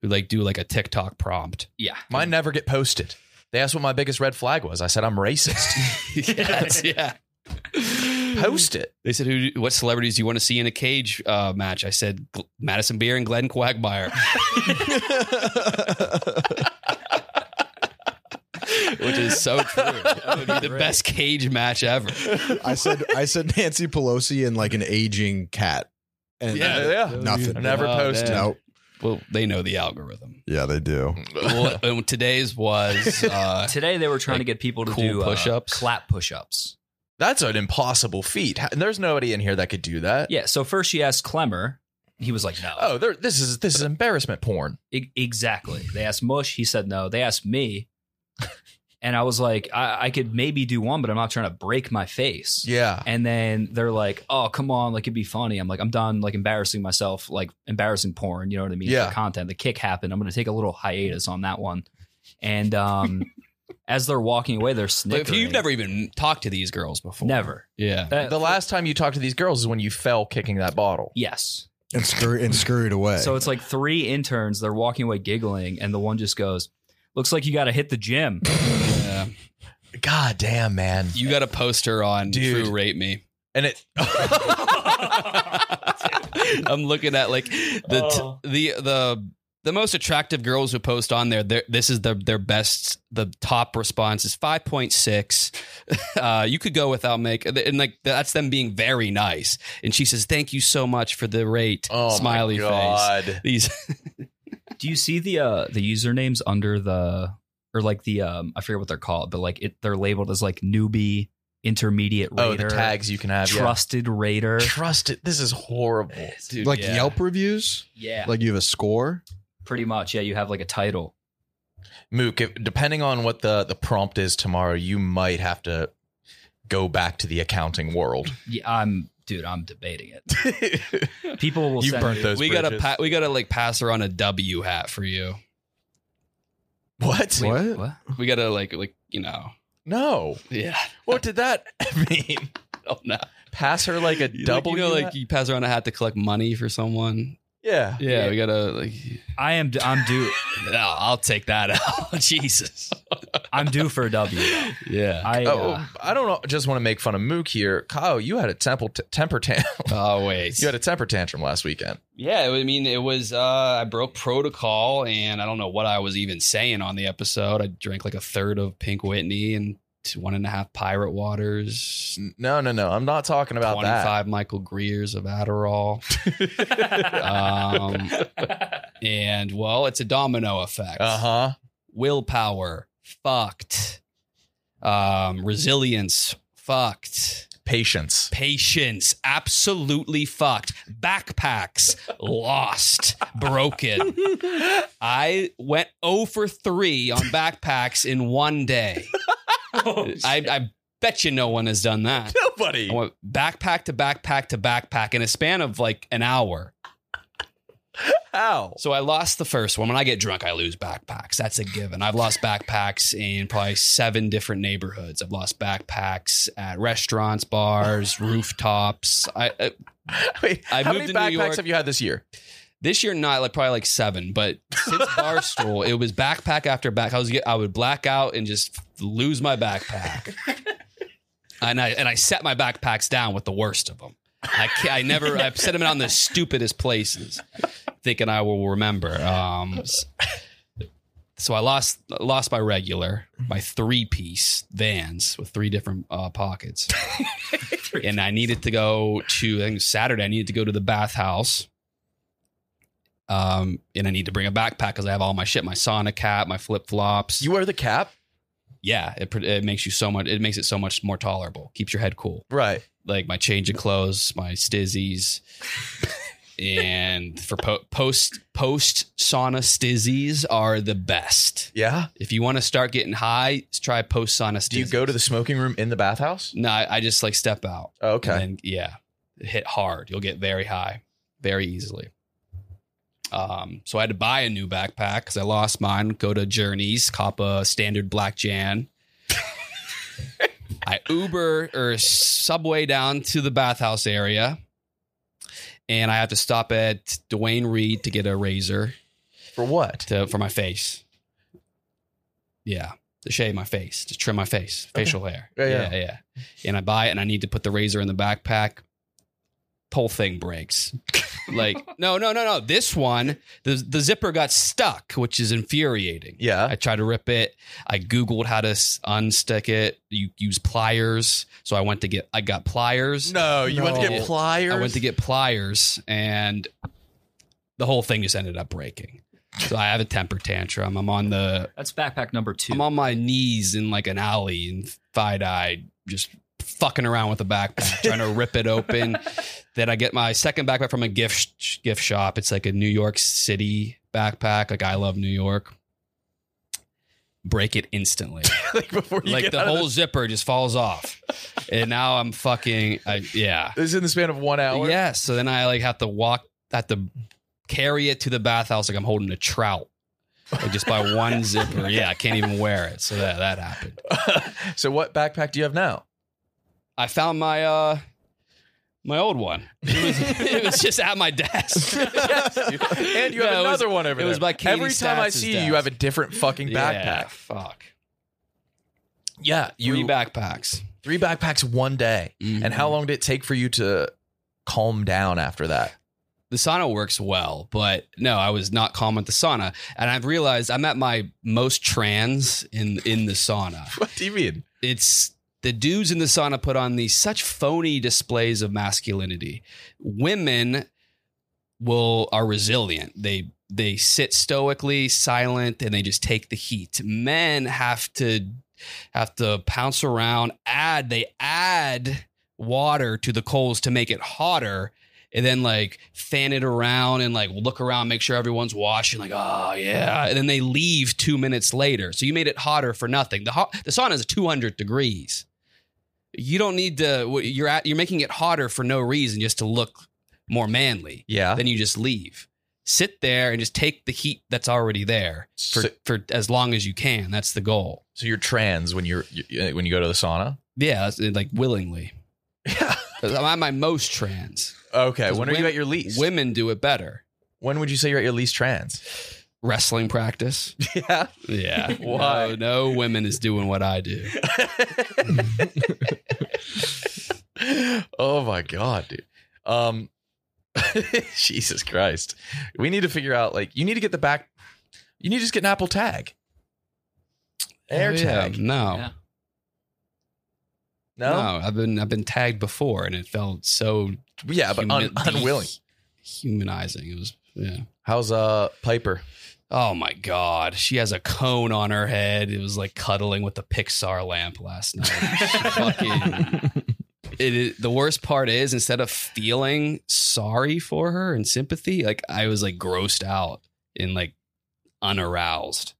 Speaker 8: who like do like a TikTok prompt.
Speaker 6: yeah.
Speaker 1: Mine never get posted. They asked what my biggest red flag was. I said, I'm racist.
Speaker 8: Yes, yeah.
Speaker 1: Post it.
Speaker 8: They said, "Who? What celebrities do you want to see in a cage uh, match?" I said, Gl- "Madison Beer and Glenn Quagmire," which is so true. That would be the best cage match ever.
Speaker 7: I said I said Nancy Pelosi and like an aging cat. And
Speaker 1: Yeah, yeah.
Speaker 7: Nothing.
Speaker 1: I never
Speaker 8: Oh,
Speaker 1: posted.
Speaker 8: damn.
Speaker 7: Nope.
Speaker 8: Well, they know the algorithm.
Speaker 7: Yeah, they do.
Speaker 8: Well, and today's was uh,
Speaker 6: Today they were trying
Speaker 8: Like,
Speaker 6: to get people to
Speaker 8: cool
Speaker 6: do uh,
Speaker 8: push-ups?
Speaker 6: clap push-ups.
Speaker 1: That's an impossible feat. Ha- There's nobody in here that could do that.
Speaker 6: Yeah. So first she asked Clemmer. He was like, no.
Speaker 1: Oh, there, this is this is embarrassment porn.
Speaker 6: E- exactly. They asked Mush. He said no. They asked me. And I was like, I, I could maybe do one, but I'm not trying to break my face.
Speaker 1: Yeah.
Speaker 6: And then they're like, oh, come on. Like, it'd be funny. I'm like, I'm done, like, embarrassing myself, like, embarrassing porn. You know what I mean?
Speaker 1: Yeah.
Speaker 6: For content. The kick happened. I'm going to take a little hiatus on that one. And um, as they're walking away, they're
Speaker 8: But if
Speaker 6: snickering. Uh,
Speaker 8: you've never even talked to these girls before,
Speaker 6: Never.
Speaker 8: Yeah.
Speaker 6: That-
Speaker 1: The last time you talked to these girls is when you fell kicking that bottle.
Speaker 6: Yes.
Speaker 7: And scurry and scurried away.
Speaker 6: So it's like three interns. They're walking away giggling, and the one just goes, "Looks like you got to hit the gym."
Speaker 8: yeah.
Speaker 1: God damn, man.
Speaker 8: You got to post her on
Speaker 1: Dude.
Speaker 8: True Rate Me.
Speaker 1: And it
Speaker 8: I'm looking at like
Speaker 1: Oh.
Speaker 8: the t- the the the most attractive girls who post on there. they're- This is their their best. The top response is 5.6. Uh, you could go without make and like that's them being very nice. And she says, "Thank you so much for the rate."
Speaker 1: oh
Speaker 8: smiley
Speaker 1: my
Speaker 8: face.
Speaker 1: God.
Speaker 8: These
Speaker 6: Do you see the uh, the usernames under the or like the um I forget what they're called, but like it they're labeled as like newbie intermediate raider,
Speaker 1: Oh, the tags you can have. yeah.
Speaker 6: trusted raider.
Speaker 1: Trust it. This is horrible.
Speaker 8: Dude,
Speaker 7: like
Speaker 8: yeah.
Speaker 7: Yelp reviews?
Speaker 6: Yeah,
Speaker 7: Like you have a score?
Speaker 6: pretty much. Yeah, you have like a title.
Speaker 1: Mook, if, depending on what the, the prompt is tomorrow, you might have to go back to the accounting world.
Speaker 6: Yeah, I'm dude. I'm debating it. People will
Speaker 1: you
Speaker 6: send
Speaker 1: burnt
Speaker 6: me-
Speaker 1: those.
Speaker 8: We gotta
Speaker 1: bridges.
Speaker 8: pa- we gotta like pass around a W hat for you.
Speaker 1: What?
Speaker 6: Wait,
Speaker 7: What?
Speaker 6: what?
Speaker 8: We gotta like like you know
Speaker 1: No.
Speaker 8: yeah
Speaker 1: What did that mean?
Speaker 8: oh no
Speaker 1: Pass her like a
Speaker 8: you,
Speaker 1: double.
Speaker 8: you know like you pass around a hat to collect money for someone.
Speaker 1: yeah.
Speaker 8: Yeah, we gotta like.
Speaker 6: I am. I'm due.
Speaker 8: No, I'll take that out. Jesus.
Speaker 6: I'm due for a W.
Speaker 8: Yeah.
Speaker 6: I.
Speaker 1: Oh,
Speaker 6: uh,
Speaker 1: I don't know. Just want to make fun of Mook here. Kyle, you had a temple t- temper tantrum.
Speaker 8: Oh wait.
Speaker 1: you had a temper tantrum last weekend.
Speaker 8: Yeah, I mean, it was uh, I broke protocol, and I don't know what I was even saying on the episode. I drank like a third of Pink Whitney and t- one and a half Pirate Waters,
Speaker 1: N- No, no, no. I'm not talking about that.
Speaker 8: twenty-five Michael Greers of Adderall, um, and well, it's a domino effect.
Speaker 1: Uh huh.
Speaker 8: Willpower fucked, um, resilience fucked.
Speaker 1: Patience.
Speaker 8: Patience absolutely fucked. Backpacks lost, broken. I went 0 for 3 on backpacks in one day. I, I bet you no one has done that.
Speaker 1: Nobody.
Speaker 8: I went backpack to backpack to backpack in a span of like an hour.
Speaker 1: How?
Speaker 8: So I lost the first one. When I get drunk, I lose backpacks. That's a given. I've lost backpacks in probably seven different neighborhoods. I've lost backpacks at restaurants, bars, rooftops. I, uh, I
Speaker 1: Wait,
Speaker 8: I
Speaker 1: how many
Speaker 8: moved to New
Speaker 1: backpacks
Speaker 8: York.
Speaker 1: have you had this year?
Speaker 8: this year not like probably like seven, but since Barstool, it was backpack after back. I was get- I would black out and just lose my backpack, and I and I set my backpacks down with the worst of them. I ca- I never I set them on the stupidest places, thinking I will remember. Um, s- so I lost lost my regular, my three piece Vans with three different uh, pockets, and I needed to go to I think it was Saturday. I needed to go to the bathhouse um, and I need to bring a backpack because I have all my shit, my sauna cap, my flip flops.
Speaker 1: You wear the cap?
Speaker 8: yeah, it, pr- it makes you so much. It makes it so much more tolerable. Keeps your head cool.
Speaker 1: Right.
Speaker 8: Like my change of clothes, my stizzies, and for po- post post sauna stizzies are the best.
Speaker 1: Yeah.
Speaker 8: If you want to start getting high, try post sauna stizzies.
Speaker 1: Do you go to the smoking room in the bathhouse?
Speaker 8: No, I, I just like step out.
Speaker 1: Oh, okay.
Speaker 8: And then, yeah, hit hard. You'll get very high very easily. Um, so I had to buy a new backpack because I lost mine. Go to Journeys, cop a standard black Jan. I Uber or subway down to the bathhouse area. And I have to stop at Dwayne Reed to get a razor
Speaker 1: For what?
Speaker 8: to, for my face. Yeah, to shave my face, to trim my face, facial hair.
Speaker 1: Yeah, yeah.
Speaker 8: yeah, And I buy it, and I need to put the razor in the backpack. Whole thing breaks. like, no, no, no, no. This one, the the zipper got stuck, which is infuriating.
Speaker 1: Yeah.
Speaker 8: I tried to rip it. I googled how to s- unstick it. You use pliers, so I went to get. I got pliers.
Speaker 1: No, you went to
Speaker 8: No.
Speaker 1: get pliers.
Speaker 8: I went to get pliers and the whole thing just ended up breaking. So I have a temper tantrum. I'm on the
Speaker 6: that's backpack number 2
Speaker 8: I'm on my knees in like an alley and wide eyed, just fucking around with a backpack, trying to rip it open. then I get my second backpack from a gift sh- gift shop. It's like a New York City backpack. Like I love New York. Break it instantly
Speaker 1: like before you
Speaker 8: like
Speaker 1: get
Speaker 8: the
Speaker 1: out of
Speaker 8: whole zipper just falls off and now i'm fucking I, yeah
Speaker 1: This is in the span of one hour.
Speaker 8: yeah so then i like have to walk have to carry it to the bathhouse like i'm holding a trout like just by one zipper yeah i can't even wear it so that, that happened
Speaker 1: so what backpack do you have now?
Speaker 8: i found my uh my old one it was, it was just at my desk
Speaker 1: and you
Speaker 8: No,
Speaker 1: have
Speaker 8: it was-
Speaker 1: another one over
Speaker 8: it
Speaker 1: there.
Speaker 8: was by Katie
Speaker 1: Every time I
Speaker 8: Statz's
Speaker 1: see you,
Speaker 8: desk.
Speaker 1: you have a different fucking
Speaker 8: yeah,
Speaker 1: backpack.
Speaker 8: fuck
Speaker 1: Yeah, you Mm-hmm.
Speaker 8: three
Speaker 1: three,
Speaker 8: backpacks
Speaker 1: backpacks one day. And how long did it take for you to calm down after that?
Speaker 8: the sauna works well, but no, I was not calm at the sauna, and I've realized I'm at my most trans in in the sauna.
Speaker 1: What do you mean?
Speaker 8: It's the dudes in the sauna put on these such phony displays of masculinity. Women will are resilient. They they sit stoically, silent, and they just take the heat. Men have to have to pounce around, add, they add water to the coals to make it hotter. And then like fan it around and like look around, make sure everyone's washing. Like, oh yeah. And then they leave two minutes later. So you made it hotter for nothing. The hot, the sauna is 200 degrees. You don't need to. You're at. You're making it hotter for no reason, just to look more manly.
Speaker 1: Yeah.
Speaker 8: Then you just leave. Sit there and just take the heat that's already there for,
Speaker 1: So-
Speaker 8: for as long as you can. That's the goal.
Speaker 1: So you're trans when you're you, when you go to the sauna.
Speaker 8: Yeah, that's, uh, like willingly.
Speaker 1: Yeah.
Speaker 8: I'm at my most trans.
Speaker 1: Okay.
Speaker 8: 'Cause
Speaker 1: When are you
Speaker 8: wom-
Speaker 1: at your least?
Speaker 8: Women do it better.
Speaker 1: When would you say you're at your least trans?
Speaker 8: Wrestling practice.
Speaker 1: Yeah.
Speaker 8: Yeah.
Speaker 1: Why?
Speaker 8: No, no women is doing what I do.
Speaker 1: oh my god, dude. Um Jesus Christ. We need to figure out like you need to get the back you need to just get an Apple tag. Air
Speaker 8: Oh, yeah.
Speaker 1: tag.
Speaker 8: No.
Speaker 6: Yeah.
Speaker 1: No?
Speaker 8: No, I've been I've been tagged before, and it felt so
Speaker 1: Yeah, but un-
Speaker 8: humi-
Speaker 1: unwilling.
Speaker 8: humanizing. It was yeah.
Speaker 1: How's uh Piper?
Speaker 8: Oh my god, she has a cone on her head. It was like cuddling with the Pixar lamp last night. Fucking. It is, the worst part is instead of feeling sorry for her and sympathy, like I was like grossed out and like unaroused.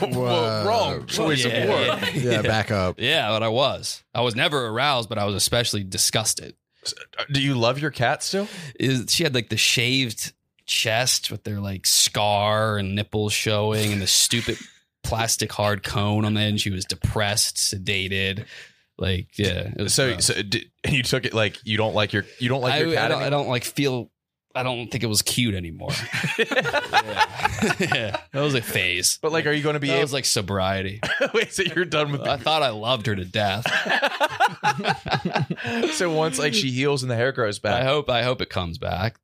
Speaker 7: Whoa.
Speaker 1: wrong choice
Speaker 8: yeah,
Speaker 1: of word.
Speaker 8: yeah.
Speaker 7: Yeah, back up.
Speaker 8: Yeah, but I was. I was never aroused, but I was especially disgusted.
Speaker 1: Uh, Do you love your cat still?
Speaker 8: is she had like the shaved chest with their like scar and nipples showing and the stupid plastic hard cone on the end. She was depressed, sedated. Like, yeah. It was
Speaker 1: So,
Speaker 8: rough.
Speaker 1: so did, and you took it like you don't like your you don't like
Speaker 8: I,
Speaker 1: your
Speaker 8: I
Speaker 1: cat.
Speaker 8: don't, I
Speaker 1: anymore?
Speaker 8: don't like feel, I don't think it was cute anymore. yeah. Yeah. That was a phase.
Speaker 1: But like, are you going to be?
Speaker 8: that was
Speaker 1: Able,
Speaker 8: like sobriety.
Speaker 1: wait, so you're done with
Speaker 8: I thought I loved her to death.
Speaker 1: the. so once like she heals and the hair grows
Speaker 8: I
Speaker 1: back.
Speaker 8: hope, I hope it comes back.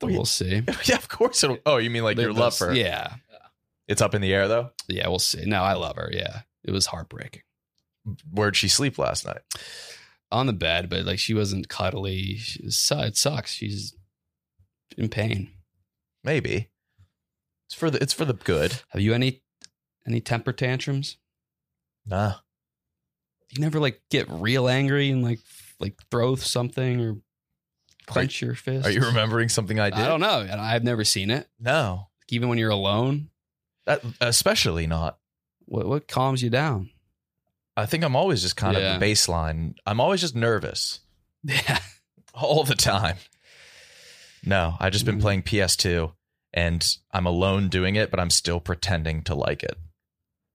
Speaker 8: We'll see.
Speaker 1: yeah, of course. It'll, oh, you mean like your love for?
Speaker 8: Yeah.
Speaker 1: it's up in the air though.
Speaker 8: Yeah. We'll see. No, I love her. Yeah. It was heartbreaking.
Speaker 1: Where'd she sleep last night?
Speaker 8: on the bed, but like she wasn't cuddly. She was, su- it sucks. She's in pain.
Speaker 1: Maybe. It's for the it's for the good.
Speaker 8: Have you any any temper tantrums?
Speaker 1: Nah.
Speaker 8: You never like get real angry and like f- like throw something or clench your fist.
Speaker 1: Are you remembering something I did?
Speaker 8: I don't know. And I've never seen it.
Speaker 1: No.
Speaker 8: Like, even when you're alone,
Speaker 1: That especially not.
Speaker 8: what what calms you down?
Speaker 1: I think I'm always just kind
Speaker 8: Yeah.
Speaker 1: of the baseline. I'm always just nervous
Speaker 8: Yeah.
Speaker 1: all the time. No, I've just been
Speaker 8: Mm.
Speaker 1: playing PS2 and I'm alone doing it, but I'm still pretending to like it.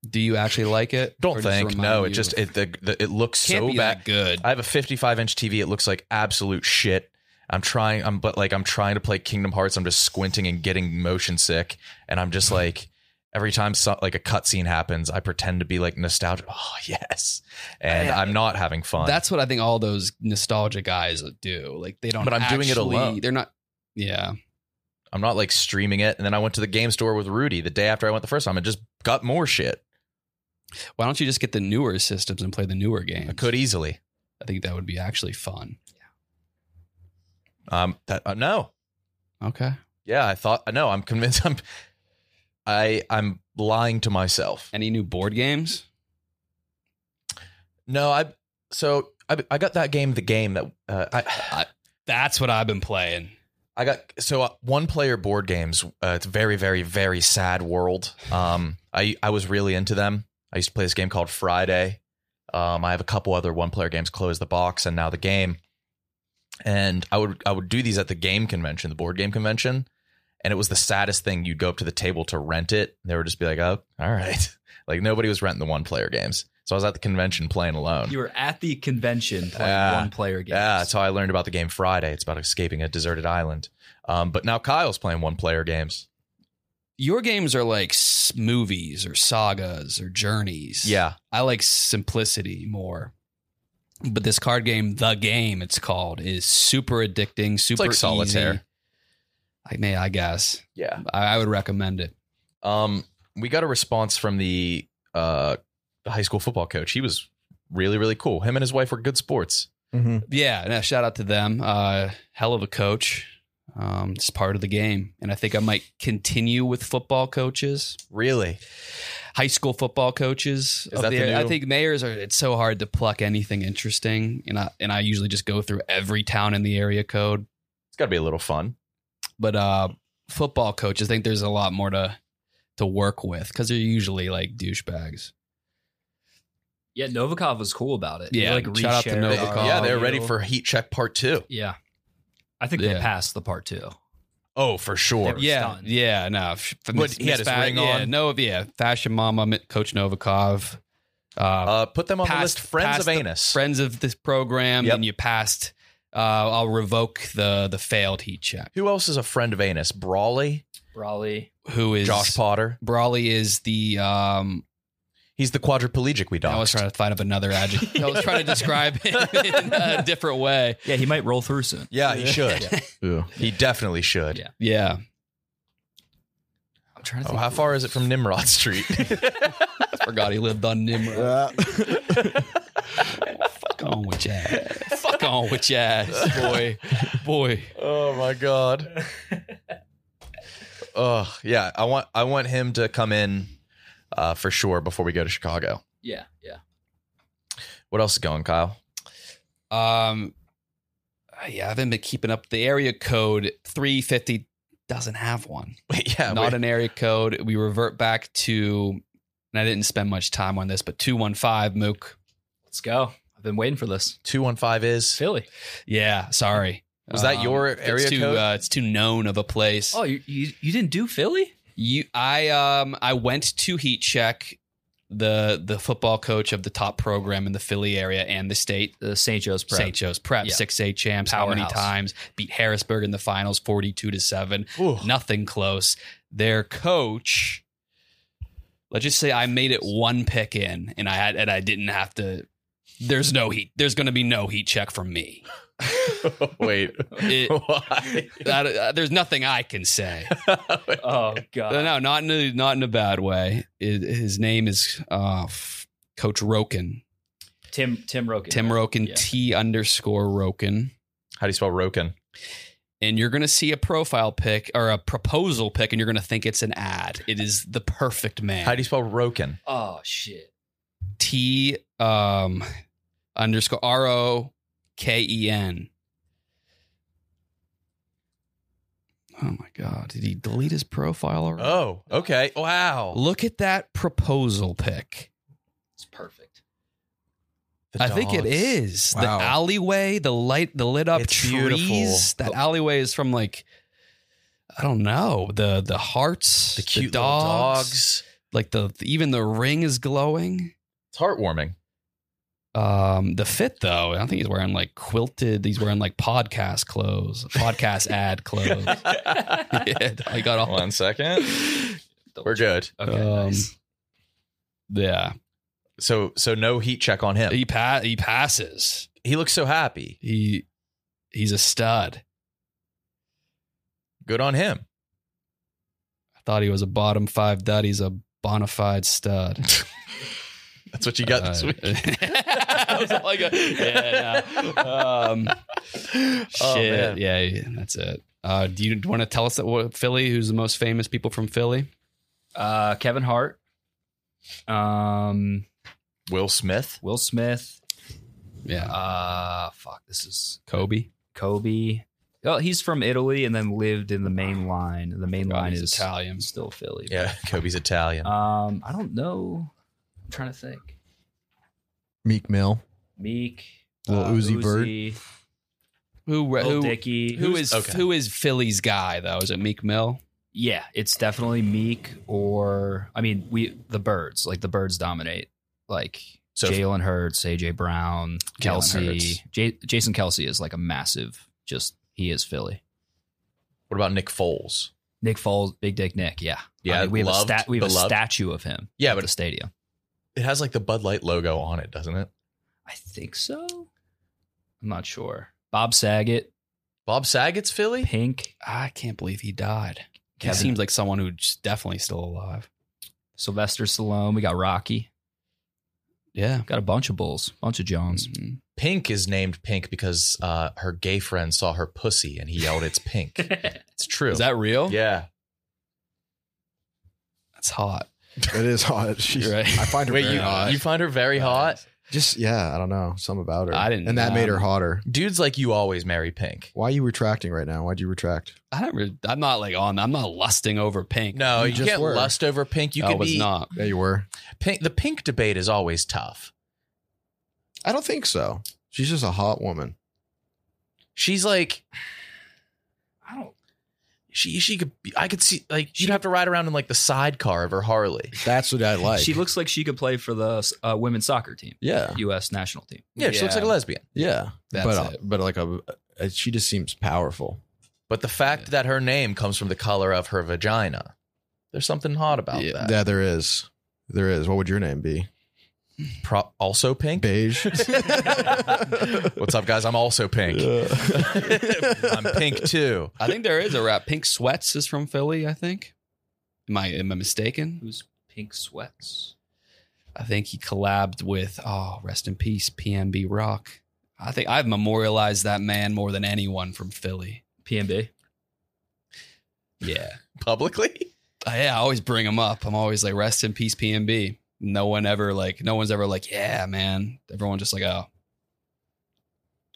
Speaker 8: Do you actually like it?
Speaker 1: Don't
Speaker 8: Or does
Speaker 1: think.
Speaker 8: remind
Speaker 1: No, it
Speaker 8: you
Speaker 1: just
Speaker 8: of-
Speaker 1: it the, the it looks
Speaker 8: can't
Speaker 1: so
Speaker 8: be
Speaker 1: bad.
Speaker 8: that good.
Speaker 1: I have a 55 inch TV. It looks like absolute shit. I'm trying. I'm but like I'm trying to play Kingdom Hearts. I'm just squinting and getting motion sick, and I'm
Speaker 8: Mm-hmm.
Speaker 1: just like every time so, like a cutscene happens, I pretend to be like nostalgic. Oh yes, and
Speaker 8: Yeah.
Speaker 1: I'm not having fun.
Speaker 8: That's what I think all those nostalgia guys do. Like they don't.
Speaker 1: But I'm doing it
Speaker 8: actually-
Speaker 1: alone.
Speaker 8: They're not. Yeah.
Speaker 1: I'm not like streaming it. And then I went to the game store with Rudy the day after I went the first time and just got more shit.
Speaker 8: Why don't you just get the newer systems and play the newer games?
Speaker 1: I could easily.
Speaker 8: I think that would be actually fun.
Speaker 1: Um, that uh, no,
Speaker 8: Okay.
Speaker 1: yeah, I thought no. I'm convinced. I'm I I'm lying to myself.
Speaker 8: Any new board games?
Speaker 1: No, I so I I got that game. The game that uh, I.
Speaker 8: That's what I've been playing.
Speaker 1: I got so uh, one player board games. Uh, it's a very, very, very sad world. Um, I I was really into them. I used to play this game called Friday. Um, I have a couple other one player games, Close the Box, and now the game. And I would I would do these at the game convention, the board game convention, and it was the saddest thing. You'd go up to the table to rent it. And they would just be like, "Oh, all right," like nobody was renting the one player games. So I was at the convention playing alone.
Speaker 6: You were at the convention playing
Speaker 1: Yeah.
Speaker 6: one player games.
Speaker 1: Yeah, that's how I learned about the game Friday. It's about escaping a deserted island. Um, but now Kyle's playing one player games.
Speaker 8: Your games are like s- movies or sagas or journeys.
Speaker 1: Yeah.
Speaker 8: I like simplicity more. But this card game, The Game, it's called, is super addicting, super
Speaker 1: like solitaire.
Speaker 8: easy. I may, I guess.
Speaker 1: Yeah.
Speaker 8: I, I would recommend it.
Speaker 1: Um, we got a response from the uh the high school football coach. He was really, really cool. Him and his wife were good sports.
Speaker 7: Mhm.
Speaker 8: Yeah, no, shout out to them. Uh, hell of a coach. Um, it's part of the game, and I think I might continue with football coaches.
Speaker 1: Really?
Speaker 8: high school football coaches.
Speaker 1: Is
Speaker 8: up
Speaker 1: that the
Speaker 8: there. I
Speaker 1: new-
Speaker 8: think mayors are. It's so hard to pluck anything interesting, and I and I usually just go through every town in the area code.
Speaker 1: It's got to be a little fun.
Speaker 8: But uh, football coaches, I think there's a lot more to to work with because they're usually like douchebags.
Speaker 6: Yeah, Novikov was cool about it. He,
Speaker 8: Yeah,
Speaker 6: like
Speaker 8: shout out to
Speaker 6: reshared
Speaker 8: Novikov.
Speaker 6: the
Speaker 1: yeah, they're
Speaker 6: audio.
Speaker 1: ready for heat check part two.
Speaker 6: Yeah, I think they
Speaker 8: Yeah.
Speaker 6: passed the part two.
Speaker 1: Oh, for sure.
Speaker 6: They were
Speaker 8: Yeah,
Speaker 6: stunned.
Speaker 8: yeah, no. f- f-
Speaker 1: But he had his
Speaker 8: Fa-
Speaker 1: ring
Speaker 8: yeah,
Speaker 1: on.
Speaker 8: No, yeah, Fashion Mama, Mi- Coach Novikov. Uh,
Speaker 1: Uh, put them on the
Speaker 8: Past-
Speaker 1: list. Friends
Speaker 8: past
Speaker 1: of
Speaker 8: the
Speaker 1: anus.
Speaker 8: friends of this program
Speaker 1: Yep.
Speaker 8: and you passed uh, I'll revoke the the failed heat check.
Speaker 1: Who else is a friend of anus? Brawley,
Speaker 6: Brawley.
Speaker 8: Who is
Speaker 1: Josh Potter.
Speaker 8: Brawley is the um
Speaker 1: He's the quadriplegic we doxed.
Speaker 8: I was trying to find up another adjective. I was trying to describe him in a different way.
Speaker 6: Yeah, he might roll through soon.
Speaker 1: Yeah, he should. He definitely should.
Speaker 6: Yeah.
Speaker 8: Yeah.
Speaker 6: I'm trying to
Speaker 1: Oh,
Speaker 6: think.
Speaker 1: how far is it from Nimrod Street?
Speaker 8: I forgot he lived on Nimrod.
Speaker 7: Uh,
Speaker 8: Fuck on with your ass. Fuck on with your ass, boy. Boy.
Speaker 1: oh my god. Oh yeah, I want I want him to come in uh, for sure before we go to Chicago.
Speaker 6: yeah, yeah.
Speaker 1: What else is going, Kyle?
Speaker 8: Um yeah, I haven't been keeping up the area code 350 doesn't have one.
Speaker 1: yeah,
Speaker 8: not
Speaker 1: we-
Speaker 8: an area code. We revert back to, and I didn't spend much time on this, but 215 Mook.
Speaker 6: Let's go. I've been waiting for this.
Speaker 1: two one five is
Speaker 6: Philly.
Speaker 8: Yeah, sorry. Um,
Speaker 1: Was that your
Speaker 8: it's
Speaker 1: area
Speaker 8: too,
Speaker 1: code?
Speaker 8: Uh, it's too known of a place.
Speaker 6: Oh, you, you you didn't do Philly?
Speaker 8: You, I, um, I went to heat check the the football coach of the top program in the Philly area and the state.
Speaker 6: The St. Joe's prep.
Speaker 8: St. Joe's Prep,
Speaker 6: Yeah.
Speaker 8: six A champs, how many
Speaker 6: Powerhouse.
Speaker 8: times? Beat Harrisburg in the finals, forty-two to seven.
Speaker 1: Ooh.
Speaker 8: Nothing close. Their coach. Let's just say I made it one pick in, and I had, and I didn't have to. There's no heat. There's going to be no heat check from me.
Speaker 1: wait.
Speaker 8: It-
Speaker 1: Why?
Speaker 8: That- uh, there's nothing I can say.
Speaker 6: Oh
Speaker 8: No,
Speaker 6: god.
Speaker 8: no, not in a, not in a bad way. His- his name is uh, f- Coach Roken,
Speaker 6: Tim Tim Roken.
Speaker 8: Tim Roken,
Speaker 6: Yeah.
Speaker 8: T underscore Roken.
Speaker 1: How do you spell Roken?
Speaker 8: and you're going to see a profile pic or a proposal pic and you're going to think it's an ad. It is the perfect man.
Speaker 1: How do you spell Roken?
Speaker 6: Oh shit.
Speaker 8: T um underscore R O K E N. Oh my god, did he delete his profile already?
Speaker 1: Oh, okay. Wow.
Speaker 8: Look at that proposal pic.
Speaker 6: It's perfect.
Speaker 1: The
Speaker 8: I think it
Speaker 1: dogs.
Speaker 8: is.
Speaker 7: Wow.
Speaker 8: The alleyway, the light, the lit up
Speaker 1: It's
Speaker 8: trees.
Speaker 1: beautiful. Oh.
Speaker 8: That alleyway is from like I don't know, the the hearts,
Speaker 1: The cute little
Speaker 8: dogs.
Speaker 1: dogs.
Speaker 8: like the even the ring is glowing.
Speaker 1: It's heartwarming.
Speaker 8: Um, the fit though, I don't think he's wearing like quilted. He's wearing like podcast clothes, podcast ad clothes. yeah, I got all.
Speaker 1: One second. We're good.
Speaker 6: Okay,
Speaker 8: Um,
Speaker 6: nice.
Speaker 8: Yeah,
Speaker 1: So so no heat check on him.
Speaker 8: he pa- he passes.
Speaker 1: He looks so happy.
Speaker 8: He he's a stud.
Speaker 1: Good on him.
Speaker 8: I thought he was a bottom five dud. He's a bona fide stud.
Speaker 1: That's what you got this
Speaker 8: Uh,
Speaker 1: week.
Speaker 8: I was like, a- yeah, no. um, shit.
Speaker 1: Oh,
Speaker 8: yeah,
Speaker 1: man.
Speaker 8: yeah, that's it. Uh, do you want to tell us that what Philly? Who's the most famous people from Philly?
Speaker 6: Uh Kevin Hart. Um
Speaker 1: Will Smith.
Speaker 6: Will Smith.
Speaker 8: Yeah,
Speaker 6: Uh fuck, this is
Speaker 8: Kobe.
Speaker 6: Kobe. Oh, he's from Italy and then lived in the main line. The main
Speaker 8: God,
Speaker 6: line
Speaker 8: he's
Speaker 6: is
Speaker 8: Italian.
Speaker 6: Still Philly.
Speaker 1: Yeah, Kobe's Italian.
Speaker 6: Um, I don't know. I'm trying to think.
Speaker 7: Meek Mill.
Speaker 6: Meek, uh,
Speaker 7: Lil Uzi
Speaker 8: Who
Speaker 6: Lil
Speaker 8: who,
Speaker 6: Dicky.
Speaker 8: who is
Speaker 1: okay.
Speaker 8: who is Philly's guy though? Is it Meek Mill?
Speaker 6: Yeah, it's definitely Meek or I mean we the Birds. Like the Birds dominate. Like
Speaker 1: So-
Speaker 6: Jalen Hurts, AJ Brown, Kelsey. J- Jason Kelsey is like a massive. Just he is Philly.
Speaker 1: what about Nick Foles?
Speaker 6: Nick Foles, Big Dick Nick. Yeah,
Speaker 1: Yeah,
Speaker 6: I mean, we have
Speaker 1: loved,
Speaker 6: a stat. We have
Speaker 1: beloved.
Speaker 6: a statue of him.
Speaker 1: Yeah,
Speaker 6: at
Speaker 1: but-
Speaker 6: the stadium.
Speaker 1: It has like the Bud Light logo on it, doesn't it?
Speaker 6: I think so. I'm not sure. Bob Saget,
Speaker 1: Bob Saget's Philly?
Speaker 6: Pink.
Speaker 8: I can't believe he died. He
Speaker 6: Kevin.
Speaker 8: seems like someone who's definitely still alive.
Speaker 6: Sylvester Stallone. We got Rocky.
Speaker 8: Yeah.
Speaker 6: Got a bunch of bulls, bunch of Johns.
Speaker 8: Mhm.
Speaker 1: Pink is named Pink because uh, her gay friend saw her pussy and he yelled, It's pink. it's true.
Speaker 8: Is that real?
Speaker 1: Yeah.
Speaker 8: That's hot.
Speaker 7: It is hot. She's,
Speaker 8: You're right.
Speaker 7: I find her
Speaker 1: Wait,
Speaker 7: very
Speaker 1: you
Speaker 7: hot.
Speaker 1: you find her very hot?
Speaker 7: Just yeah, I don't know. Something about her.
Speaker 8: I didn't-
Speaker 7: and that made her
Speaker 8: um,
Speaker 7: hotter.
Speaker 1: Dudes like you always marry pink.
Speaker 7: Why are you retracting right now? Why'd you retract?
Speaker 8: I don't. Really, I'm not like on. I'm not lusting over pink.
Speaker 1: No,
Speaker 7: You
Speaker 1: you,
Speaker 7: just
Speaker 1: can't
Speaker 7: were.
Speaker 1: lust over pink. You
Speaker 8: I
Speaker 1: could
Speaker 8: was
Speaker 1: be
Speaker 8: not.
Speaker 7: Yeah, you were.
Speaker 1: pink. The pink debate is always tough.
Speaker 7: I don't think so. She's just a hot woman.
Speaker 1: She's like
Speaker 6: I don't.
Speaker 1: she she could be, I could see like she'd have to ride around in like the sidecar of her Harley.
Speaker 7: That's what I like.
Speaker 6: she looks like she could play for the uh, women's soccer team,
Speaker 7: Yeah,
Speaker 6: U.S. national team.
Speaker 1: Yeah, she looks
Speaker 8: Yeah.
Speaker 1: like a lesbian.
Speaker 7: yeah.
Speaker 8: That's
Speaker 7: but uh,
Speaker 8: it.
Speaker 7: but like a, uh, she just seems powerful.
Speaker 1: But the fact that her name comes from the color of her vagina, there's something hot about
Speaker 8: Yeah.
Speaker 1: that.
Speaker 7: Yeah, there is. There is. What would your name be?
Speaker 1: Pro- also pink.
Speaker 7: Beige.
Speaker 1: What's up, guys? I'm also pink. I'm pink too.
Speaker 8: I think there is a rap. Pink Sweats is from Philly. I think. Am I am I mistaken?
Speaker 6: Who's pink sweats?
Speaker 8: I think he collabed with oh rest in peace PMB Rock. I think I've memorialized that man more than anyone from Philly.
Speaker 6: PMB.
Speaker 8: Yeah.
Speaker 1: Publicly,
Speaker 8: Uh, yeah, I always bring him up. I'm always like, rest in peace, PMB. No one ever like, no one's ever like, yeah, man. Everyone just like, oh,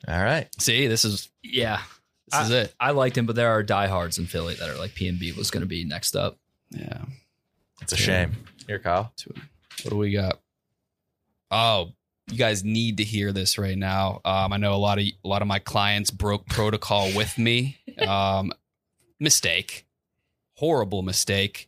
Speaker 1: all right.
Speaker 8: see, this is
Speaker 6: Yeah,
Speaker 8: this is it.
Speaker 6: I liked him, but there are diehards in Philly that are like PMB was going to be next up.
Speaker 8: Yeah.
Speaker 1: It's a shame. Here, Kyle.
Speaker 8: What do we got? Oh, you guys need to hear this right now. Um, I know a lot of a lot of my clients broke protocol with me. Um, mistake, horrible mistake.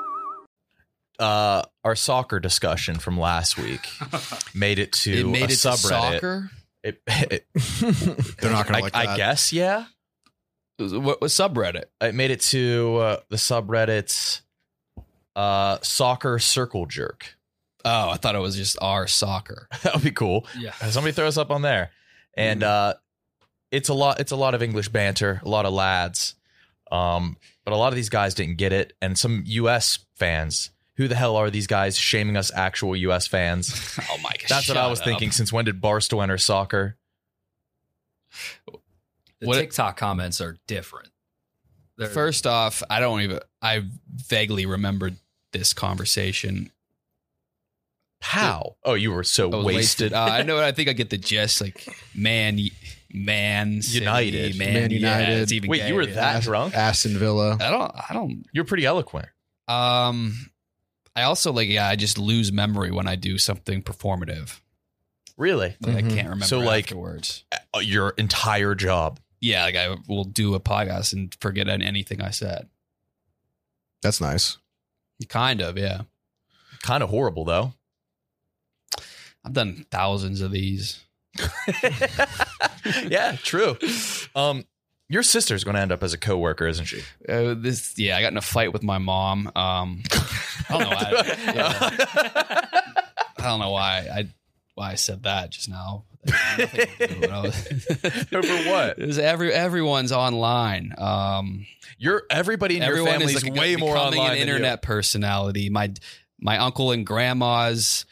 Speaker 1: Uh, our soccer discussion from last week made it to
Speaker 8: It made
Speaker 1: a
Speaker 8: it to
Speaker 1: subreddit.
Speaker 8: soccer.
Speaker 1: It, it,
Speaker 7: They're not gonna
Speaker 1: I,
Speaker 7: like
Speaker 1: I
Speaker 7: that.
Speaker 1: guess, yeah.
Speaker 8: It was- What was subreddit?
Speaker 1: It made it to uh, the subreddit uh, soccer circle jerk.
Speaker 8: Oh, I thought it was just our soccer.
Speaker 1: that would be cool. Uh,
Speaker 6: Yeah.
Speaker 1: Somebody throw us up on there. And
Speaker 7: Mm-hmm.
Speaker 1: uh, it's a lot. It's a lot of English banter. A lot of lads. Um, but a lot of these guys didn't get it, and some U.S. fans. Who the hell are these guys shaming us, actual U.S. fans?
Speaker 8: Oh my god,
Speaker 1: That's what I
Speaker 8: shut
Speaker 1: was
Speaker 8: up.
Speaker 1: thinking. Since when did Barstool enter soccer?
Speaker 6: The
Speaker 8: What-
Speaker 6: TikTok comments are different. They're-
Speaker 8: First off, I don't even. I vaguely remembered this conversation.
Speaker 1: How? Oh, you were so
Speaker 8: I was
Speaker 1: wasted.
Speaker 8: Uh, I know. I think I get the gist. Like man, man, City,
Speaker 1: United.
Speaker 8: man,
Speaker 7: Man
Speaker 8: yeah,
Speaker 7: United.
Speaker 8: it's even
Speaker 1: Wait, you
Speaker 8: gayer.
Speaker 1: were that
Speaker 7: Ast-
Speaker 1: drunk?
Speaker 7: Aston Villa.
Speaker 8: I don't. I don't.
Speaker 1: You're pretty eloquent.
Speaker 8: Um, I also like. Yeah, I just lose memory when I do something performative.
Speaker 1: Really?
Speaker 8: Like I
Speaker 7: Mhm.
Speaker 8: can't remember.
Speaker 1: So, like-
Speaker 8: afterwards.
Speaker 1: Uh, Your entire job.
Speaker 8: Yeah, like I will do a podcast and forget on anything I said.
Speaker 7: That's nice.
Speaker 8: Kind of. Yeah,
Speaker 1: Kind of horrible, though.
Speaker 8: I've done thousands of these.
Speaker 1: yeah, true. Um, your sister's going to end up as a coworker, isn't she?
Speaker 8: Uh, this. Yeah, I got in a fight with my mom. Um, I don't know. Why, yeah. I don't know why I why I said that just now. Nothing to do with what I was-
Speaker 1: Over what?
Speaker 8: It was every everyone's online. Um,
Speaker 1: You're everybody in your
Speaker 8: everyone
Speaker 1: family
Speaker 8: is
Speaker 1: is
Speaker 8: like
Speaker 1: way more
Speaker 8: becoming
Speaker 1: online
Speaker 8: an
Speaker 1: than you.
Speaker 8: internet personality. My my uncle and grandma's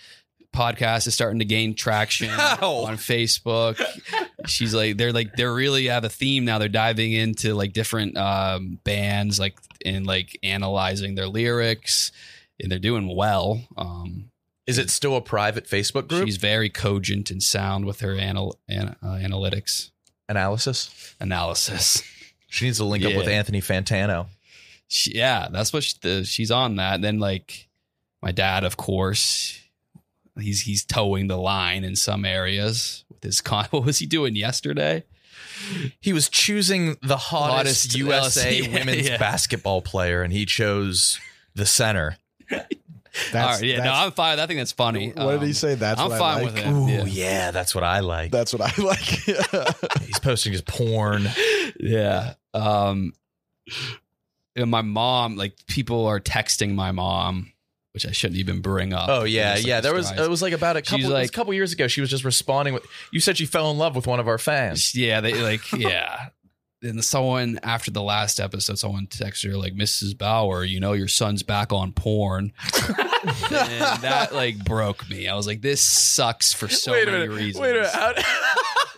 Speaker 8: podcast is starting to gain traction
Speaker 1: How?
Speaker 8: on Facebook. She's like they're like they're really have a theme now. They're diving into like different um, bands like and like analyzing their lyrics and they're doing well. Um,
Speaker 1: Is it still a private Facebook group?
Speaker 8: She's very cogent and sound with her anal- an- uh, analytics
Speaker 1: Analysis.
Speaker 8: analysis.
Speaker 1: She needs to link up with
Speaker 8: Yeah.
Speaker 1: Anthony Fantano.
Speaker 8: She, yeah, that's what she, the, she's on that. Then like My dad, of course, he's he's towing the line in some areas with his con. What was he doing yesterday?
Speaker 1: He was choosing the hottest,
Speaker 8: Hottest
Speaker 1: USA
Speaker 8: LC,
Speaker 1: women's
Speaker 8: yeah.
Speaker 1: basketball player, and he chose the center.
Speaker 8: All
Speaker 7: That's,
Speaker 8: right, yeah, no,
Speaker 7: that's-
Speaker 8: I'm fine. I think that's funny. Um,
Speaker 7: what did he say? That's
Speaker 8: I'm
Speaker 7: what I
Speaker 8: fine
Speaker 7: like?
Speaker 8: with it.
Speaker 1: Ooh,
Speaker 8: yeah.
Speaker 1: yeah. that's what I like.
Speaker 7: That's what I like.
Speaker 1: He's posting his porn.
Speaker 8: Yeah. Um and my mom, like people are texting my mom, which I shouldn't even bring up.
Speaker 1: Oh yeah,
Speaker 8: It's
Speaker 1: yeah. There was
Speaker 8: disguised.
Speaker 1: it was like about a
Speaker 8: She's
Speaker 1: couple it was
Speaker 8: like-
Speaker 1: a couple years ago. She was just responding with you said she fell in love with one of our fans.
Speaker 8: Yeah, they like yeah. And someone after the last episode, someone texted her like, "Mrs. Bauer, you know your son's back on porn," and that like broke me. I was like, "This sucks for so many reasons."
Speaker 1: How,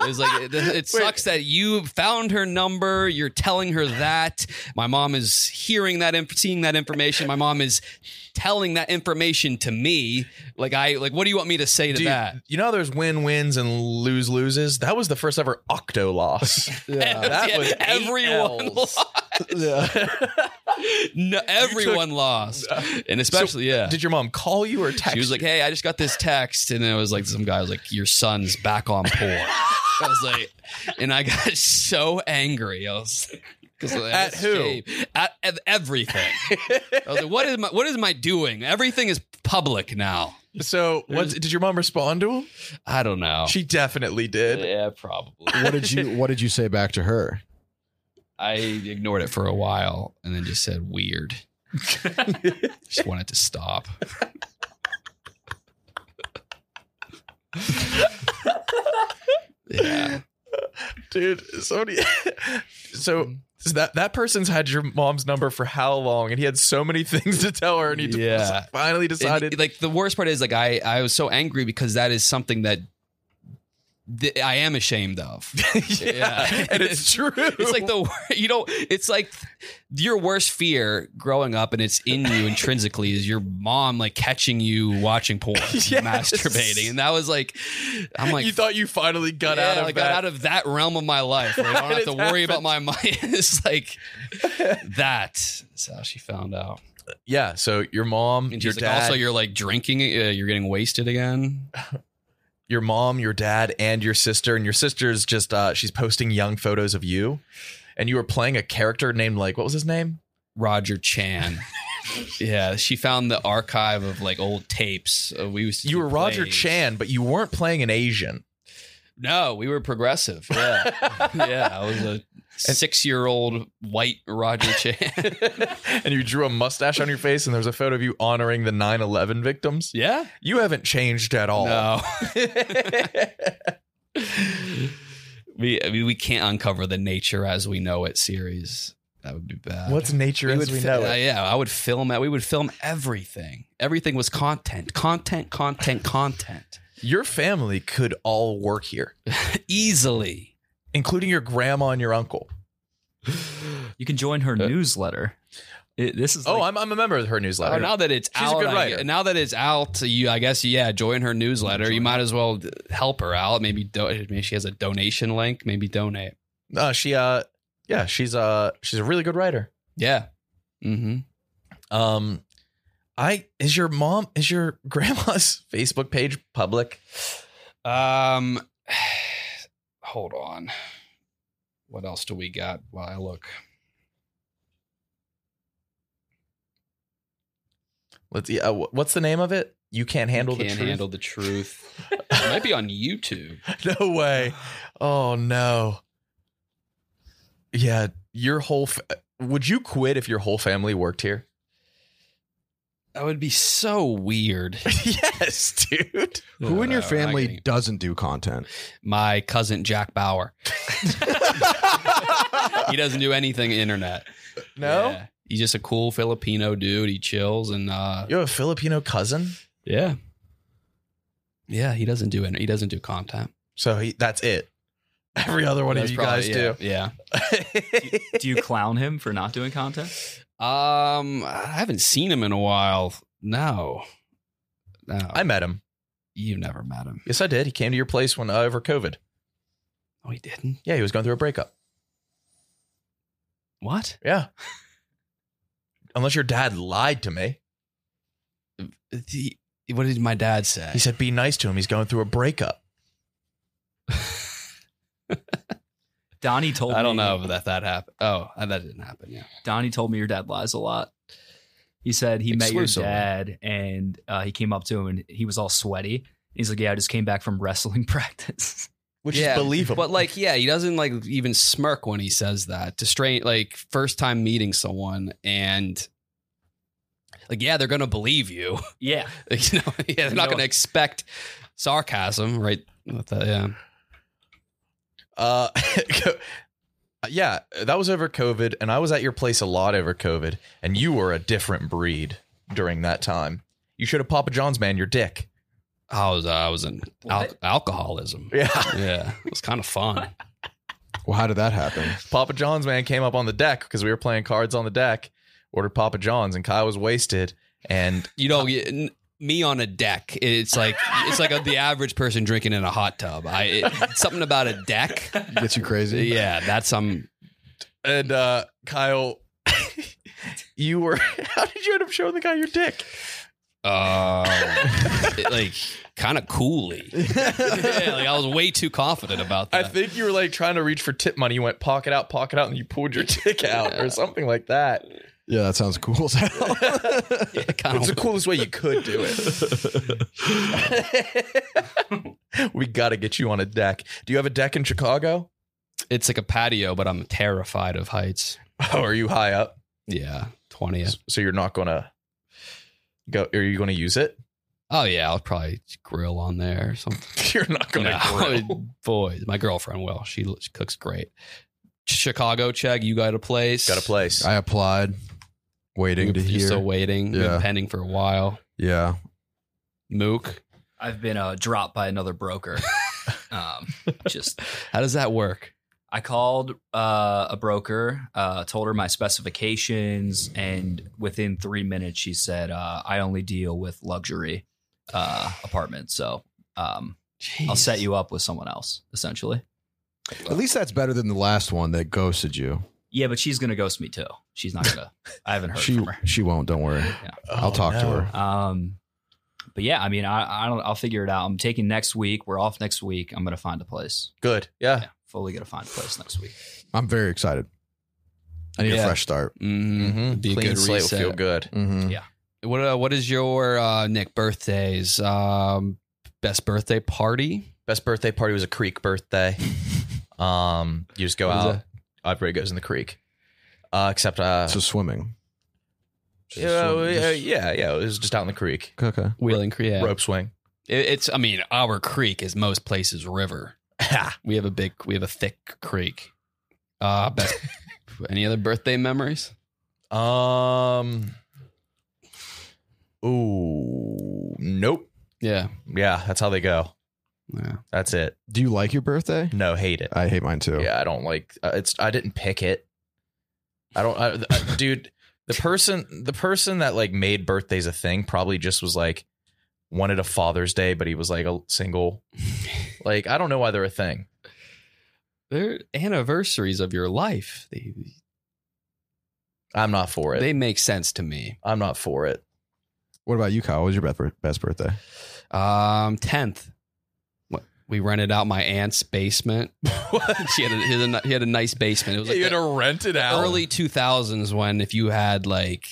Speaker 8: It was like it, it sucks that you found her number. You're telling her that. My mom is hearing that, inf- seeing that information. My mom is telling that information to me. Like I, like what do you want me to say to
Speaker 1: Dude,
Speaker 8: that?
Speaker 1: you know how there's win wins and lose loses. That was the first ever octo loss. that was
Speaker 8: everyone
Speaker 1: everyone.
Speaker 8: lost. no, everyone lost, and especially yeah.
Speaker 1: Did your mom call you or text?
Speaker 8: she was like,
Speaker 1: you?
Speaker 8: "Hey, I just got this text," and it was like some guy was like, "Your son's back on porn." I was like, and I got so angry. I was. Cause I
Speaker 1: At
Speaker 8: was
Speaker 1: who?
Speaker 8: ashamed. At, at everything. I was like, "What is my what is my doing? Everything is public now.
Speaker 1: so what's, did your mom respond to him? Oh.
Speaker 8: I don't know.
Speaker 1: She definitely did.
Speaker 8: yeah, probably.
Speaker 7: what did you What did you say back to her?
Speaker 8: I ignored it for a while and then just said weird. just wanted to stop. yeah.
Speaker 1: dude somebody so so that that person's had your mom's number for how long and he had so many things to tell her and he
Speaker 8: Yeah.
Speaker 1: just finally decided
Speaker 8: And, like the worst part is like I I was so angry because that is something that th- I am ashamed of.
Speaker 1: yeah, and it's true
Speaker 8: It's like the wor- you know it's like your worst fear growing up and it's in you intrinsically is your mom like catching you watching porn masturbating and that was like I'm like
Speaker 1: you thought you finally got
Speaker 8: yeah,
Speaker 1: out of
Speaker 8: I
Speaker 1: that
Speaker 8: got out of that realm of my life where I don't
Speaker 1: And
Speaker 8: have to
Speaker 1: it
Speaker 8: worry about my money it's like that is how she found out
Speaker 1: yeah so your mom
Speaker 8: and
Speaker 1: your
Speaker 8: she's like
Speaker 1: dad
Speaker 8: also you're like drinking uh, you're getting wasted again
Speaker 1: your mom your dad and your sister and your sister's just uh she's posting young photos of you and you were playing a character named like what was his name
Speaker 8: Roger Chan. yeah, she found the archive of like old tapes. Uh, we used to
Speaker 1: you
Speaker 8: do
Speaker 1: were Roger
Speaker 8: plays.
Speaker 1: Chan but you weren't playing an Asian
Speaker 8: No, we were progressive. Yeah, yeah. I was a six-year-old white Roger Chan.
Speaker 1: and you drew a mustache on your face and there was a photo of you honoring the 9-11 victims
Speaker 8: yeah.
Speaker 1: You haven't changed at all.
Speaker 8: No. we I mean, we can't uncover the nature as we know it series. That would be bad.
Speaker 1: What's nature as we know
Speaker 8: Uh,
Speaker 1: it?
Speaker 8: yeah, I would film that. We would film everything. Everything was content, content, content, content.
Speaker 1: Your family could all work here,
Speaker 8: Easily.
Speaker 1: including your grandma and your uncle.
Speaker 6: You can join
Speaker 8: Uh,
Speaker 6: her newsletter. It- this is
Speaker 1: oh,
Speaker 6: like-
Speaker 1: I'm, I'm a member of her
Speaker 8: Oh,
Speaker 1: newsletter.
Speaker 8: now that it's
Speaker 1: She's a
Speaker 8: out,
Speaker 1: good
Speaker 8: I
Speaker 1: writer.
Speaker 8: gue- now that it's out, you I guess yeah, join her newsletter. you might as well d- help her out. Maybe do- maybe she has a donation link. Maybe donate.
Speaker 1: Uh, she, uh, yeah, she's uh, she's a really good writer.
Speaker 8: Yeah. Mm-hmm.
Speaker 1: Um, I is your mom is your grandma's Facebook page public?
Speaker 8: Um, hold on. What else do we got while I look?
Speaker 1: Let's. Yeah, uh, wh- what's the name of it? You can't handle
Speaker 8: Can't
Speaker 1: the truth.
Speaker 8: handle the truth. it might be on YouTube.
Speaker 1: no way. Oh no. Yeah, your whole. Fa- would you quit if your whole family worked here?
Speaker 8: That would be so weird.
Speaker 1: yes, dude.
Speaker 7: Who in your
Speaker 8: Uh, I
Speaker 7: family
Speaker 8: get-
Speaker 7: doesn't do content?
Speaker 8: My cousin Jack Bauer. he doesn't do anything internet.
Speaker 1: No,
Speaker 8: Yeah. He's just a cool Filipino dude. He chills and uh
Speaker 1: you have a Filipino cousin,
Speaker 8: Yeah. Yeah, he doesn't do it. He doesn't do content.
Speaker 1: so he, that's it. Every other one
Speaker 8: That's
Speaker 1: of you
Speaker 8: probably-
Speaker 1: guys
Speaker 8: yeah, Yeah.
Speaker 1: do.
Speaker 6: do you clown him for not doing content?
Speaker 8: Um, I haven't seen him in a while. No. No.
Speaker 1: I met him.
Speaker 8: you never met him.
Speaker 1: Yes, I did. He came to your place when uh, over COVID.
Speaker 8: Oh, he didn't.
Speaker 1: Yeah, he was going through a breakup.
Speaker 8: What?
Speaker 1: Yeah. Unless your dad lied to me.
Speaker 8: he, what did my dad say?
Speaker 1: He said, "Be nice to him. He's going through a breakup."
Speaker 6: Donnie told
Speaker 8: I don't
Speaker 6: me-
Speaker 8: know if that that happened. Oh, that didn't happen. Yeah.
Speaker 6: Donnie told me your dad lies a lot. He said he met your
Speaker 8: Exclusively.
Speaker 6: dad and uh, he came up to him and he was all sweaty. He's like, Yeah, I just came back from wrestling practice.
Speaker 1: Which
Speaker 8: Yeah,
Speaker 1: is believable.
Speaker 8: But like, yeah, he doesn't like even smirk when he says that to straight like first time meeting someone and like, yeah, they're gonna believe you.
Speaker 6: yeah.
Speaker 8: Like, you know, yeah, they're not
Speaker 6: know-
Speaker 8: gonna expect sarcasm, right? With that, yeah.
Speaker 1: Uh, yeah, that was over COVID, and I was at your place a lot over COVID, and you were a different breed during that time. You should have Papa John's man your dick.
Speaker 8: I was I was in al- alcoholism.
Speaker 1: Yeah,
Speaker 8: Yeah, it was kind of fun.
Speaker 7: Well, how did that happen?
Speaker 1: Papa John's man came up on the deck because we were playing cards on the deck. Ordered Papa John's, and Kyle was wasted, and
Speaker 8: You know, you- n- me on a deck, it's like it's like the average person drinking in a hot tub. I it, something about a deck.
Speaker 7: Gets you crazy.
Speaker 8: Yeah, that's um.
Speaker 1: and uh, Kyle, you were. How did you end up showing the guy your dick?
Speaker 8: Uh, it, like kind of coolly. yeah, like I was way too confident about
Speaker 1: I
Speaker 8: that.
Speaker 1: think you were like trying to reach for tip money. You went pocket out, pocket out, and you pulled your dick out or something like that.
Speaker 7: Yeah, that sounds cool as hell.
Speaker 8: kind
Speaker 1: It's the coolest way you could do it. we got to get you on a deck. Do you have a deck in Chicago?
Speaker 8: it's like a patio, but I'm terrified of heights.
Speaker 1: Oh, are you high up?
Speaker 8: Yeah, twentieth.
Speaker 1: So you're not going to go. Are you going to use it?
Speaker 8: Oh yeah, I'll probably grill on there or something.
Speaker 1: You're not going to
Speaker 8: No, boys, my girlfriend will. She, she cooks great. Chicago, Chag, you got a place.
Speaker 1: Got a place.
Speaker 7: I applied, waiting
Speaker 8: You're
Speaker 7: to hear.
Speaker 8: still waiting.
Speaker 7: Yeah.
Speaker 8: Been pending for a while.
Speaker 7: yeah,
Speaker 8: Mook,
Speaker 6: I've been uh, dropped by another broker. um, just
Speaker 8: how does that work?
Speaker 6: I called uh, a broker, uh, told her my specifications, and within three minutes, she said, uh, "I only deal with luxury uh, apartments, so um, I'll set you up with someone else." Essentially,
Speaker 7: at least that's better than the last one that ghosted you.
Speaker 6: yeah, but she's gonna ghost me too. She's not gonna. I haven't heard
Speaker 7: She
Speaker 6: from her.
Speaker 7: she won't. Don't worry. I'll talk
Speaker 1: Oh,
Speaker 7: to her.
Speaker 6: Um, but yeah, I mean, I, I don't. I'll figure it out. I'm taking next week. We're off next week. I'm gonna find a place.
Speaker 1: Good. Yeah.
Speaker 6: Yeah, fully gonna find a place next week.
Speaker 7: I'm very excited. I need
Speaker 8: Yeah.
Speaker 7: a fresh start.
Speaker 8: Mm-hmm. Be
Speaker 1: Clean
Speaker 8: a good
Speaker 1: slate will
Speaker 8: reset.
Speaker 1: feel good.
Speaker 7: Mm-hmm.
Speaker 8: What uh, What is your uh, Nick birthdays? Um, best birthday party?
Speaker 1: Best birthday party was a creek birthday. um, you just go
Speaker 8: What is
Speaker 1: out. Everybody goes in the creek. Uh, except uh,
Speaker 7: So swimming.
Speaker 1: yeah, yeah, yeah, yeah. It was just out in the creek.
Speaker 7: Okay.
Speaker 8: Wheeling Creek.
Speaker 1: Rope swing.
Speaker 8: It, it's. I mean, our creek is most places river. we have a big. We have a thick creek. Uh, best, any other birthday memories?
Speaker 1: Um. Ooh. Nope.
Speaker 8: Yeah.
Speaker 1: Yeah, that's how they go.
Speaker 8: Yeah.
Speaker 1: That's it.
Speaker 7: Do you like your birthday?
Speaker 1: No, hate it.
Speaker 7: I hate mine too.
Speaker 1: Yeah, I don't like. Uh, it's. I didn't pick it. I don't. I, I- dude, the person, the person that like made birthdays a thing, probably just was like wanted a Father's Day, but he was like a single. Like I don't know why they're a thing.
Speaker 8: They're anniversaries of your life. They
Speaker 1: I'm not for it.
Speaker 8: they make sense to me.
Speaker 1: I'm not for it.
Speaker 7: What about you, Kyle? What was your best best birthday?
Speaker 8: Um, tenth. What we rented out my aunt's basement. she had a, he, had a, ni- he had a nice basement. It was like the
Speaker 1: rent it
Speaker 8: early two thousands when if you had like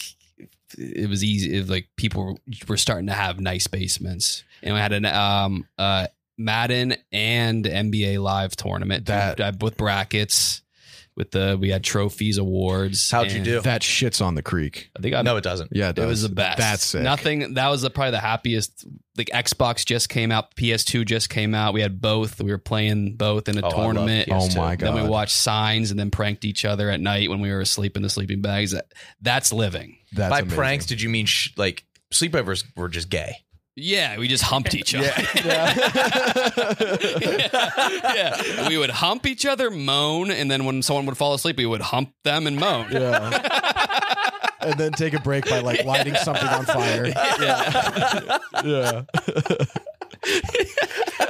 Speaker 8: it was easy. If like people were starting to have nice basements, and we had an um uh Madden and NBA Live tournament
Speaker 7: That-
Speaker 8: uh, with brackets. With the we had trophies, awards.
Speaker 1: How'd you
Speaker 8: and-
Speaker 1: do?
Speaker 7: That shit's on the creek.
Speaker 8: I think I
Speaker 1: no, it doesn't.
Speaker 7: Yeah, it,
Speaker 8: it was
Speaker 7: does.
Speaker 8: the best.
Speaker 7: That's sick.
Speaker 8: Nothing. That was the, probably the happiest. Like Xbox just came out, PS2 just came out. We had both. We were playing both in a
Speaker 1: Oh, I love
Speaker 8: tournament.
Speaker 7: Oh my
Speaker 8: Then we
Speaker 7: God.
Speaker 8: watched Signs and then pranked each other at night when we were asleep in the sleeping bags. That, that's living.
Speaker 7: That's
Speaker 1: By
Speaker 7: amazing.
Speaker 1: pranks, did you mean sh- like sleepovers were just gay?
Speaker 8: Yeah, we just humped each other. Yeah. Yeah. We would hump each other, moan, and then when someone would fall asleep, we would hump them and moan.
Speaker 7: Yeah. and then take a break by like lighting something on fire.
Speaker 8: Yeah.
Speaker 7: Yeah.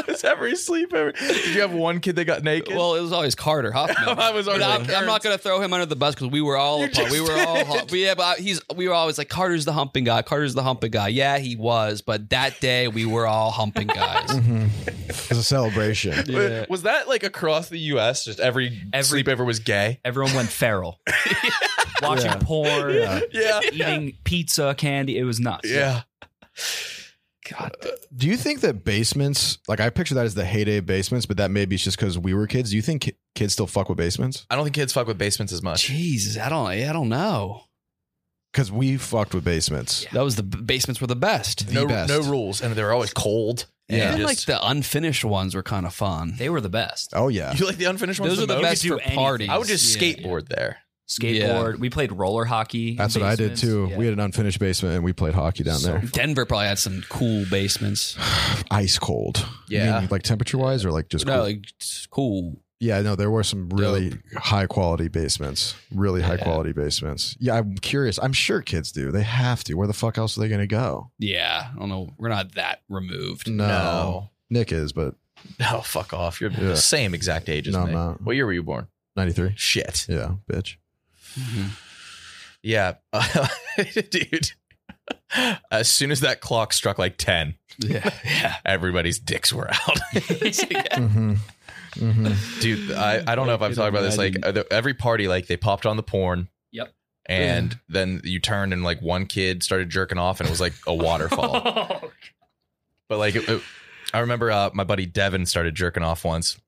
Speaker 1: That's every sleepover. Did you have one kid that got naked?
Speaker 8: Well, it was always Carter Hoffman.
Speaker 1: I was always
Speaker 8: But
Speaker 1: like,
Speaker 8: I'm, I'm not going to throw him under the bus because we were all apart. we were all but yeah, but I- he's we were always like Carter's the humping guy. Carter's the humping guy. Yeah, he was, but that day we were all humping guys.
Speaker 7: It's a celebration.
Speaker 8: Yeah.
Speaker 1: Uh, Was that like across the U.S.? Just every,
Speaker 6: Every-
Speaker 1: sleepover was gay.
Speaker 6: Everyone went feral, watching
Speaker 7: Yeah.
Speaker 6: porn,
Speaker 7: Yeah.
Speaker 1: Yeah,
Speaker 6: eating pizza, candy. It was nuts.
Speaker 1: yeah.
Speaker 7: Do you think that basements, like I picture that as the heyday of basements, but that maybe it's just because we were kids. Do you think ki- kids still fuck with basements?
Speaker 1: I don't think kids fuck with basements as much.
Speaker 8: Jesus, I don't, I don't know.
Speaker 7: Because we fucked with basements.
Speaker 8: That was the basements were the best.
Speaker 7: The
Speaker 1: No,
Speaker 7: best.
Speaker 1: no rules, and they were always cold.
Speaker 8: Yeah,
Speaker 1: Yeah,
Speaker 8: Even like
Speaker 1: just-
Speaker 8: the unfinished ones were kind of fun.
Speaker 6: They were the best.
Speaker 7: Oh, yeah.
Speaker 1: You like the unfinished ones?
Speaker 8: Those are the
Speaker 1: most?
Speaker 8: best
Speaker 6: do
Speaker 8: for
Speaker 6: anything.
Speaker 8: parties.
Speaker 1: I would just
Speaker 6: Yeah.
Speaker 1: skateboard there.
Speaker 6: Skateboard. We played roller hockey. in
Speaker 7: That's what I did
Speaker 6: basements.
Speaker 7: too.
Speaker 6: Yeah.
Speaker 7: We had an unfinished basement and we played hockey down there.
Speaker 8: Denver probably had some cool basements.
Speaker 7: Ice cold. You
Speaker 1: Yeah.
Speaker 7: mean, like temperature wise or like just
Speaker 8: no,
Speaker 7: cool?
Speaker 8: like it's cool.
Speaker 7: Yeah, no, there were some really high quality basements, really high
Speaker 8: Yeah.
Speaker 7: quality basements. Yeah, I'm curious. I'm sure kids do. They have to. Where the fuck else are they going to go?
Speaker 8: Yeah, I don't know. We're not that removed.
Speaker 7: No. Nick is, but
Speaker 1: No, Oh, fuck off. You're
Speaker 7: Yeah.
Speaker 1: the same exact age as
Speaker 7: No,
Speaker 1: me.
Speaker 7: I'm not.
Speaker 1: What year were you born?
Speaker 7: 93.
Speaker 1: Shit.
Speaker 7: Yeah, bitch.
Speaker 1: Yeah. dude. As soon as that clock struck like 10,
Speaker 8: Yeah, yeah.
Speaker 1: everybody's dicks were out.
Speaker 7: Mm-hmm. Mm-hmm.
Speaker 1: dude, I, I don't know if I've talked about this. Like uh, the- every party, like they popped on the porn.
Speaker 6: Yep.
Speaker 1: And then you turned and like one kid started jerking off and it was like a waterfall. But like, it- it- I remember uh, my buddy Devin started jerking off once,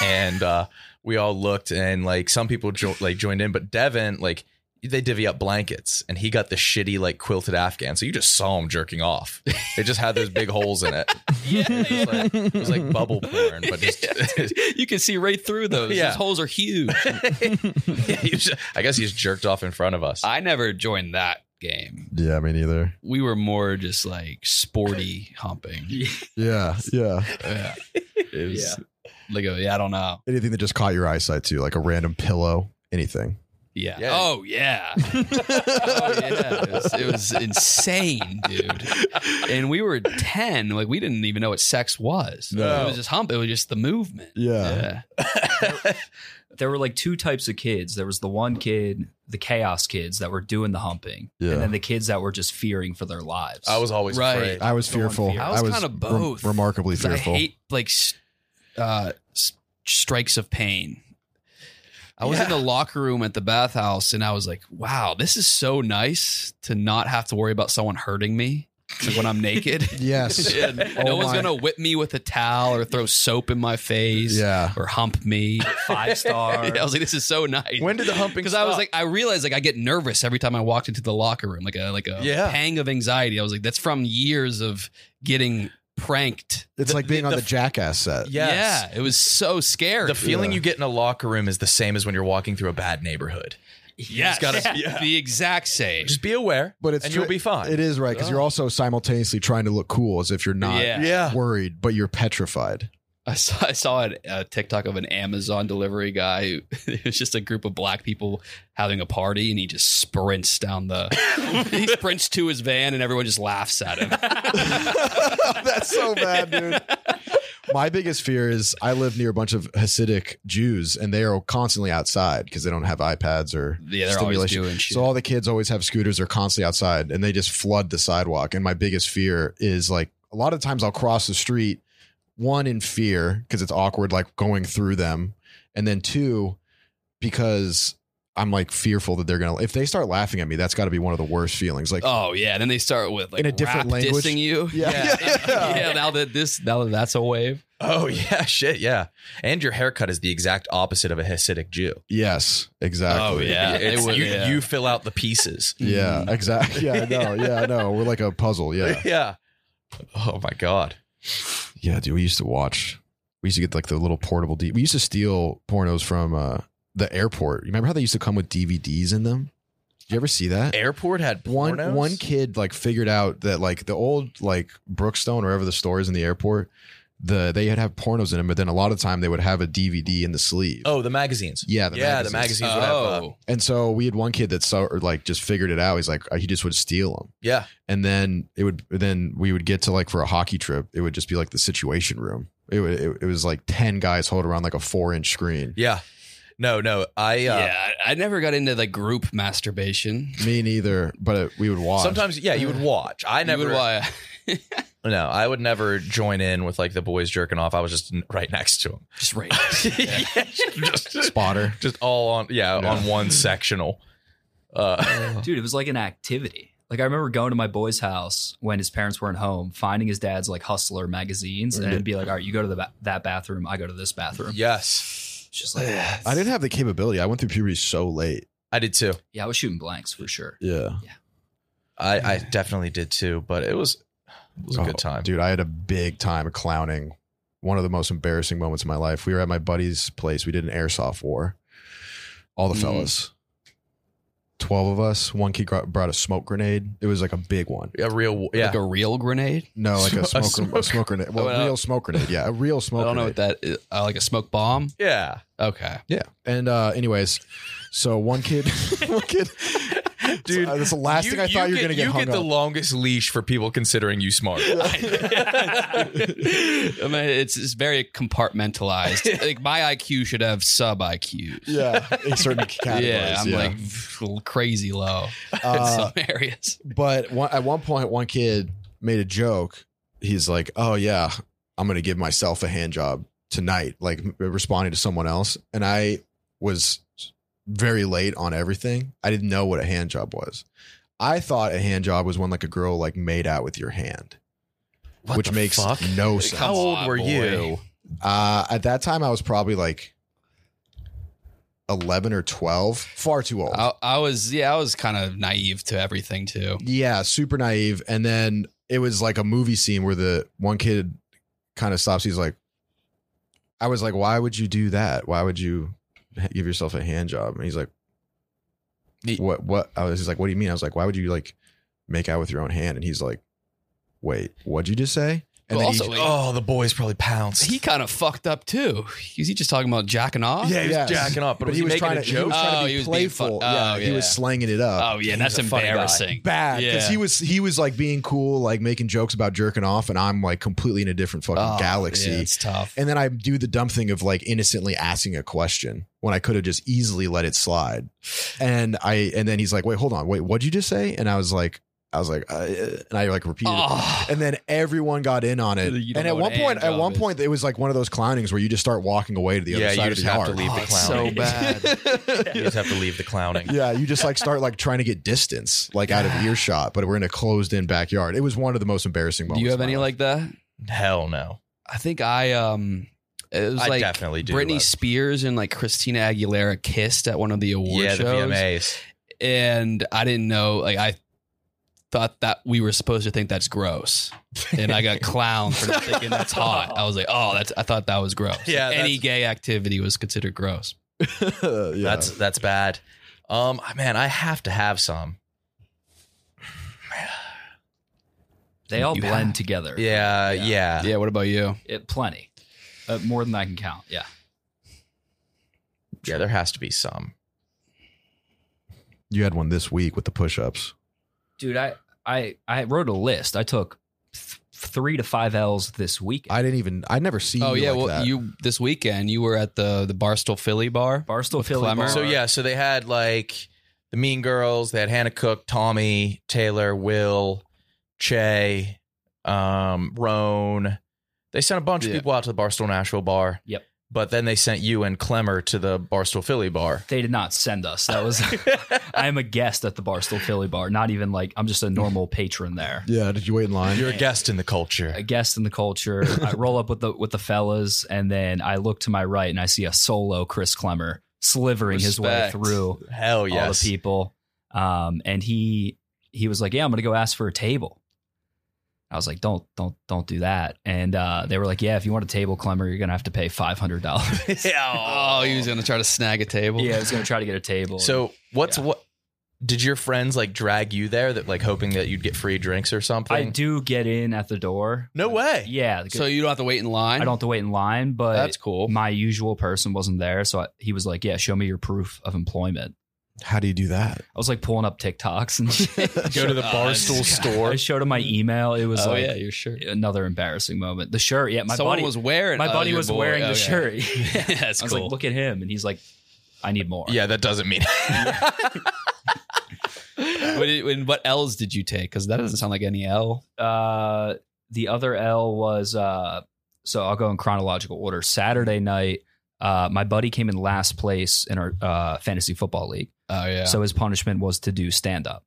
Speaker 1: and uh, we all looked, and like some people jo- like joined in, but Devin like they divvy up blankets, and he got the shitty like quilted Afghan, so you just saw him jerking off. It just had those big holes in it. It was like, it was like bubble porn, but just.
Speaker 8: you can see right through those.
Speaker 1: Yeah.
Speaker 8: Those holes are huge.
Speaker 1: He was- I guess he's jerked off in front of us.
Speaker 8: I never joined that game.
Speaker 7: Yeah, me neither.
Speaker 8: We were more just like sporty humping.
Speaker 7: Yeah, yeah.
Speaker 8: Yeah. It was like, a, yeah, I don't know.
Speaker 7: Anything that just caught your eyesight too, like a random pillow, anything.
Speaker 8: Yeah.
Speaker 1: Yeah.
Speaker 8: Oh, yeah. oh, yeah. It was, it was insane, dude. And we were 10. Like, we didn't even know what sex was.
Speaker 7: No.
Speaker 8: It was just hump. It was just the movement.
Speaker 7: Yeah.
Speaker 8: Yeah.
Speaker 6: there were like two types of kids. There was the one kid, the chaos kids that were doing the humping,
Speaker 7: Yeah.
Speaker 6: and then the kids that were just fearing for their lives.
Speaker 1: I was always
Speaker 8: Right.
Speaker 1: afraid.
Speaker 7: I was
Speaker 6: The one
Speaker 7: fearful.
Speaker 6: fear.
Speaker 8: I was kinda
Speaker 7: rem-
Speaker 8: both.
Speaker 7: remarkably
Speaker 8: 'Cause I
Speaker 7: fearful.
Speaker 8: hate like s- uh, s- strikes of pain. I was in the locker room at the bathhouse and I was like, wow, this is so nice to not have to worry about someone hurting me when I'm naked.
Speaker 7: yes.
Speaker 8: And no
Speaker 7: Oh
Speaker 8: one's
Speaker 7: my.
Speaker 8: going to whip me with a towel or throw soap in my face
Speaker 7: Yeah.
Speaker 8: or hump me.
Speaker 6: five star.
Speaker 8: I was like, this is so nice.
Speaker 1: When did the humping?
Speaker 8: because I was
Speaker 1: stop?
Speaker 8: like, I realized like I get nervous every time I walked into the locker room, like a like a
Speaker 1: Yeah.
Speaker 8: pang of anxiety. I was like, that's from years of getting pranked.
Speaker 7: It's like being on the, jackass set.
Speaker 1: Yes.
Speaker 8: Yeah, it was so scary.
Speaker 1: the feeling
Speaker 7: Yeah.
Speaker 1: you get in a locker room is the same as when you're walking through a bad neighborhood.
Speaker 8: yes,
Speaker 1: gotta-
Speaker 8: the exact same.
Speaker 1: Just be aware,
Speaker 7: But it's
Speaker 1: and
Speaker 7: tri-
Speaker 1: you'll be fine.
Speaker 7: It is right because you're also simultaneously trying to look cool as if you're not
Speaker 8: Yeah.
Speaker 1: Yeah.
Speaker 7: worried, but you're petrified.
Speaker 8: I saw I saw an- a TikTok of an Amazon delivery guy. Who, it was just a group of black people having a party, and he just sprints down the. he sprints to his van, and everyone just laughs at him.
Speaker 7: That's so bad, dude. My biggest fear is I live near a bunch of Hasidic Jews, and they are constantly outside because they don't have iPads or
Speaker 8: Yeah, they're always
Speaker 7: stimulation.
Speaker 8: doing shit.
Speaker 7: So all the kids always have scooters. They're constantly outside, and they just flood the sidewalk. And my biggest fear is like a lot of times I'll cross the street one in fear because it's awkward, like going through them, and then two because I'm like fearful that they're gonna. If they start laughing at me, that's got to be one of the worst feelings. Like,
Speaker 8: oh yeah, and then they start with like
Speaker 7: In a different
Speaker 8: rap
Speaker 7: language?
Speaker 8: dissing you.
Speaker 7: Yeah.
Speaker 8: yeah. Now that this, now that that's a wave.
Speaker 1: Oh yeah, shit, yeah. And your haircut is the exact opposite of a Hasidic Jew.
Speaker 7: yes, exactly.
Speaker 8: Oh, yeah. they
Speaker 1: It's-
Speaker 8: would-
Speaker 1: you,
Speaker 8: yeah.
Speaker 1: you fill out the pieces.
Speaker 7: Yeah, exactly. Mm. Yeah, I know. Yeah, I know. We're like a puzzle. Yeah.
Speaker 1: yeah. Oh my god.
Speaker 7: Yeah, dude. We used to watch. We used to get like the little portable. D- we used to steal pornos from uh, the airport. You remember how they used to come with DVDs in them? Did you ever see that?
Speaker 1: Airport had
Speaker 7: one
Speaker 1: pornos?
Speaker 7: one kid like figured out that like the old like Brookstone or wherever the store is in the airport the they had have pornos in them, but then a lot of time they would have a DVD in the sleeve.
Speaker 1: Oh, the magazines.
Speaker 7: Yeah, the
Speaker 1: yeah,
Speaker 7: magazines.
Speaker 1: the magazines would have. Uh,
Speaker 8: Oh,
Speaker 7: And so we had one kid that saw or like just figured it out. He's like uh, he just would steal them.
Speaker 1: yeah,
Speaker 7: and then it would then we would get to like for a hockey trip it would just be like the situation room it would, it, it was like 10 guys hold around like a four inch screen
Speaker 1: yeah. No, no. I uh,
Speaker 8: yeah, I I never got into the group masturbation.
Speaker 7: me neither but it, we would watch
Speaker 1: sometimes yeah you would watch. I
Speaker 8: You
Speaker 1: never
Speaker 8: would why?
Speaker 1: No, I would never join in with like the boys jerking off. I was just n- right next to them.
Speaker 8: Just right.
Speaker 1: yeah. just,
Speaker 7: spotter
Speaker 1: just all on yeah, on one sectional. Uh,
Speaker 6: dude it was like an activity like i remember going to my boy's house when his parents weren't home finding his dad's like hustler magazines and it'd be like all right you go to the ba- that bathroom i go to this bathroom
Speaker 1: yes,
Speaker 6: It's just like
Speaker 7: i didn't have the capability i went through puberty so late
Speaker 1: I did too.
Speaker 6: yeah i was shooting blanks for sure
Speaker 7: yeah
Speaker 1: I, I definitely did too, but it was it was a good time.
Speaker 7: Oh, dude i had a big time clowning one of the most embarrassing moments of my life we were at my buddy's place we did an airsoft war all the
Speaker 8: Mm.
Speaker 7: fellas 12 of us one kid gr- brought a smoke grenade it was like a big one
Speaker 1: A real yeah.
Speaker 8: Like a real grenade.
Speaker 7: No, like a
Speaker 1: Sm-
Speaker 7: smoke,
Speaker 1: a
Speaker 7: a smoke,
Speaker 1: smoke-
Speaker 7: grenade. Well,
Speaker 8: Oh,
Speaker 7: a
Speaker 8: no.
Speaker 7: real smoke grenade. Yeah, a real smoke.
Speaker 8: I don't know
Speaker 7: grenade.
Speaker 8: what that is. Uh, like a smoke bomb.
Speaker 1: yeah.
Speaker 8: Okay.
Speaker 7: Yeah. And uh anyways, so one kid, one kid,
Speaker 1: Dude,
Speaker 7: uh, that's the last thing I thought you were gonna get
Speaker 1: You
Speaker 7: hung
Speaker 1: get the
Speaker 7: up.
Speaker 1: longest leash for people considering you smart.
Speaker 8: I mean, it's, it's very compartmentalized. like my IQ should have sub IQs.
Speaker 7: yeah, in certain categories.
Speaker 8: yeah, I'm
Speaker 7: yeah.
Speaker 8: like v- crazy low
Speaker 7: Uh,
Speaker 8: in some areas.
Speaker 7: but one, at one point, one kid made a joke. He's like, "Oh yeah, I'm gonna give myself a hand job tonight," like m- responding to someone else. And I was very late on everything. I didn't know what a hand job was. I thought a hand job was when like a girl like made out with your hand,
Speaker 1: What
Speaker 7: which
Speaker 1: the
Speaker 7: makes
Speaker 1: fuck?
Speaker 7: no sense.
Speaker 1: How old
Speaker 8: on,
Speaker 1: were
Speaker 8: boy.
Speaker 1: you?
Speaker 7: Uh, at that time, I was probably like eleven or twelve. Far too old.
Speaker 8: I, I was yeah, I was kind of naive to everything too.
Speaker 7: Yeah, super naive. And then it was like a movie scene where the one kid kind of stops. He's like, I was like, why would you do that? Why would you h- give yourself a hand job? And he's like, what? What? I was he's like, what do you mean? I was like, why would you like make out with your own hand? And he's like, wait, what'd you just say? And
Speaker 8: But
Speaker 7: he-
Speaker 8: also, he,
Speaker 1: Oh, the boys probably pounced.
Speaker 8: he kind of fucked up too. Is he just talking about jacking off?
Speaker 1: yeah, he was
Speaker 7: Yes.
Speaker 1: jacking up, but, was he, making
Speaker 7: trying
Speaker 1: a
Speaker 7: to, he
Speaker 1: joke?
Speaker 7: was trying
Speaker 8: Oh,
Speaker 7: to be
Speaker 8: he was being fun-
Speaker 7: playful.
Speaker 8: oh,
Speaker 7: he
Speaker 8: yeah.
Speaker 7: was slanging it up.
Speaker 8: Oh yeah,
Speaker 1: He was
Speaker 8: that's
Speaker 1: a funny guy.
Speaker 8: embarrassing.
Speaker 7: bad because
Speaker 8: yeah.
Speaker 7: he was he was like being cool, like making jokes about jerking off, and I'm like completely in a different fucking
Speaker 8: Oh,
Speaker 7: galaxy.
Speaker 8: yeah, it's tough.
Speaker 7: and then I do the dumb thing of like innocently asking a question when I could have just easily let it slide. And I and then he's like, "Wait, hold on, wait, what'd you just say?" And I was like, "I was like," uh, and I like repeated. it.
Speaker 8: Oh.
Speaker 7: And then everyone got in on it.
Speaker 8: You
Speaker 7: And
Speaker 8: don't
Speaker 7: at
Speaker 8: know what
Speaker 7: one
Speaker 8: an
Speaker 7: point,
Speaker 8: hand
Speaker 7: at
Speaker 8: job
Speaker 7: one
Speaker 8: is.
Speaker 7: point, it was like one of those clownings where you just start walking away to the other
Speaker 1: yeah,
Speaker 7: side
Speaker 1: you
Speaker 7: of
Speaker 1: just
Speaker 7: the
Speaker 1: have
Speaker 7: yard.
Speaker 1: to leave the
Speaker 8: Oh, it's so
Speaker 1: clowning.
Speaker 8: bad.
Speaker 1: you just have to leave the clowning.
Speaker 7: Yeah, you just like start like trying to get distance, like out of earshot, but we're in a closed in backyard. It was one of the most embarrassing moments.
Speaker 8: Do you
Speaker 7: of
Speaker 8: have
Speaker 7: my
Speaker 8: any
Speaker 7: life.
Speaker 8: like that?
Speaker 1: Hell no.
Speaker 8: I think I um it was
Speaker 1: I
Speaker 8: like
Speaker 1: definitely do,
Speaker 8: Britney
Speaker 1: uh,
Speaker 8: Spears and like Christina Aguilera kissed at one of the award
Speaker 1: yeah,
Speaker 8: shows,
Speaker 1: the VMAs.
Speaker 8: and I didn't know. Like I thought that we were supposed to think that's gross, and I got clowned for thinking that's hot. I was like, oh, that's. I thought that was gross.
Speaker 1: Yeah,
Speaker 8: Like, any
Speaker 1: that's-
Speaker 8: gay activity was considered gross.
Speaker 7: yeah.
Speaker 1: That's that's bad. Um, man, I have to have some.
Speaker 6: they all
Speaker 8: You
Speaker 6: blend
Speaker 8: have-
Speaker 6: together
Speaker 1: Yeah, yeah.
Speaker 8: Yeah. What about you?
Speaker 6: it, plenty uh, more than i can count yeah
Speaker 1: Yeah, there has to be some.
Speaker 7: you had one this week with the push ups.
Speaker 6: dude i i i wrote a list i took th- three to five l's this week
Speaker 7: I didn't even. I never seen.
Speaker 8: oh
Speaker 7: you
Speaker 8: yeah,
Speaker 7: like
Speaker 8: well
Speaker 7: that.
Speaker 8: you this weekend you were at the the Barstool Philly bar.
Speaker 6: barstool
Speaker 8: With
Speaker 6: philly
Speaker 8: Clemmer.
Speaker 6: Bar.
Speaker 1: So yeah, so they had like the Mean Girls, they had Hannah Cook, Tommy, Taylor, Will, Che, um, Roan. They sent a bunch of
Speaker 8: Yeah.
Speaker 1: people out to the Barstool Nashville bar.
Speaker 6: Yep.
Speaker 1: But then they sent you and Clemmer to the Barstool Philly bar.
Speaker 6: they did not send us that was i am a guest at the barstool philly bar not even like i'm just a normal patron there
Speaker 7: yeah. Did you wait in line?
Speaker 1: You're a guest in the
Speaker 6: a
Speaker 1: culture.
Speaker 6: guest in the culture. I roll up with the with the fellas, and then I look to my right and I see a solo Chris Clemmer slivering his way
Speaker 8: Respect.
Speaker 6: through
Speaker 1: Hell yes.
Speaker 6: all the people. Um, and he he was like, "Yeah, I'm gonna go ask for a table." I was like, "Don't don't don't do that." And uh, they were like, "Yeah, if you want a table, Clemmer, you're gonna have to pay five hundred dollars."
Speaker 8: Oh, he was gonna try to snag a table.
Speaker 6: yeah, I was gonna try to get a table.
Speaker 1: So what's
Speaker 6: Yeah.
Speaker 1: what Did your friends like drag you there that like hoping that you'd get free drinks or something?
Speaker 6: I do get in at the door.
Speaker 1: No way.
Speaker 6: Yeah.
Speaker 8: So you don't have to wait in line.
Speaker 6: I don't have to wait in line, but
Speaker 8: That's cool.
Speaker 6: My usual person wasn't there, so I, he was like, "Yeah, show me your proof of employment."
Speaker 7: How do you do that?
Speaker 6: I was like pulling up TikToks and shit.
Speaker 1: Go to the
Speaker 8: Uh,
Speaker 1: barstool
Speaker 8: it's-
Speaker 1: store.
Speaker 6: I showed him my email. It was
Speaker 8: oh
Speaker 6: like
Speaker 8: yeah, your shirt.
Speaker 6: another embarrassing moment. The shirt, yeah, my
Speaker 8: Someone
Speaker 6: buddy
Speaker 8: was wearing.
Speaker 6: my
Speaker 8: oh,
Speaker 6: buddy
Speaker 8: your
Speaker 6: was
Speaker 8: boy.
Speaker 6: wearing the
Speaker 8: Okay.
Speaker 6: shirt.
Speaker 8: Yeah, that's
Speaker 6: I was
Speaker 8: cool.
Speaker 6: like, "Look at him," and he's like, "I need more."
Speaker 1: Yeah, that doesn't mean.
Speaker 8: what, did- and what L's did you take? Because that doesn't sound like any L.
Speaker 6: Uh, the other L was uh, so I'll go in chronological order. Saturday night, uh, my buddy came in last place in our uh, fantasy football league,
Speaker 8: Oh yeah.
Speaker 6: so his punishment was to do stand up.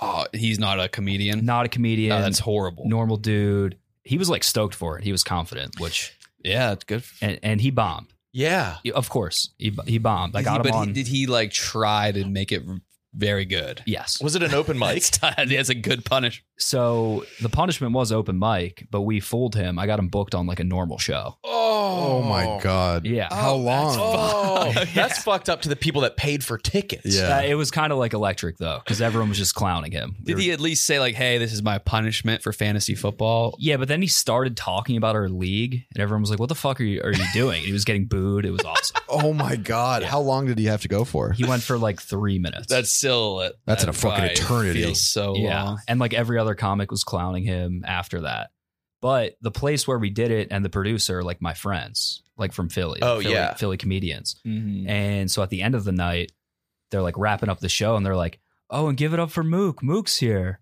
Speaker 8: oh, he's not a comedian.
Speaker 6: Not a comedian,
Speaker 8: Oh, that's horrible.
Speaker 6: normal dude. He was like stoked for it. He was confident, which
Speaker 8: yeah, it's good. For,
Speaker 6: and, and he bombed.
Speaker 1: yeah.
Speaker 6: Of course, he, he bombed. I
Speaker 8: Did he-
Speaker 6: got him
Speaker 8: but
Speaker 6: on.
Speaker 8: he, did he like try to make it v- very good?
Speaker 6: yes.
Speaker 1: Was it an open mic?
Speaker 8: That's, that's a good punish.
Speaker 6: So the punishment was open mic, but we fooled him. I got him booked on like a normal show.
Speaker 7: Oh, my god.
Speaker 6: Yeah.
Speaker 7: How long?
Speaker 1: Oh, that's fucked up to the people that paid for tickets.
Speaker 7: Yeah.
Speaker 6: Uh, it was kind of like electric though, because everyone was just clowning him. We
Speaker 8: Did
Speaker 6: were-
Speaker 8: he at least say like, "Hey, this is my punishment for fantasy football"?
Speaker 6: Yeah, but then he started talking about our league, and everyone was like, "What the fuck are you are you doing?" And he was getting booed. It was awesome.
Speaker 7: Oh my god. How long did he have to go for?
Speaker 6: he went for like three minutes.
Speaker 8: That's still that
Speaker 7: That's in a fucking
Speaker 8: probably
Speaker 7: eternity.
Speaker 8: Feels so
Speaker 6: yeah,
Speaker 8: long.
Speaker 6: and like every other comic was clowning him after that. But the place where we did it and the producer, like my friends, like from Philly,
Speaker 1: Oh,
Speaker 6: Philly-
Speaker 1: yeah.
Speaker 6: Philly comedians.
Speaker 8: Mhm.
Speaker 6: And so at the end of the night, they're like wrapping up the show and they're like, oh, and give it up for Mook. Mook's here.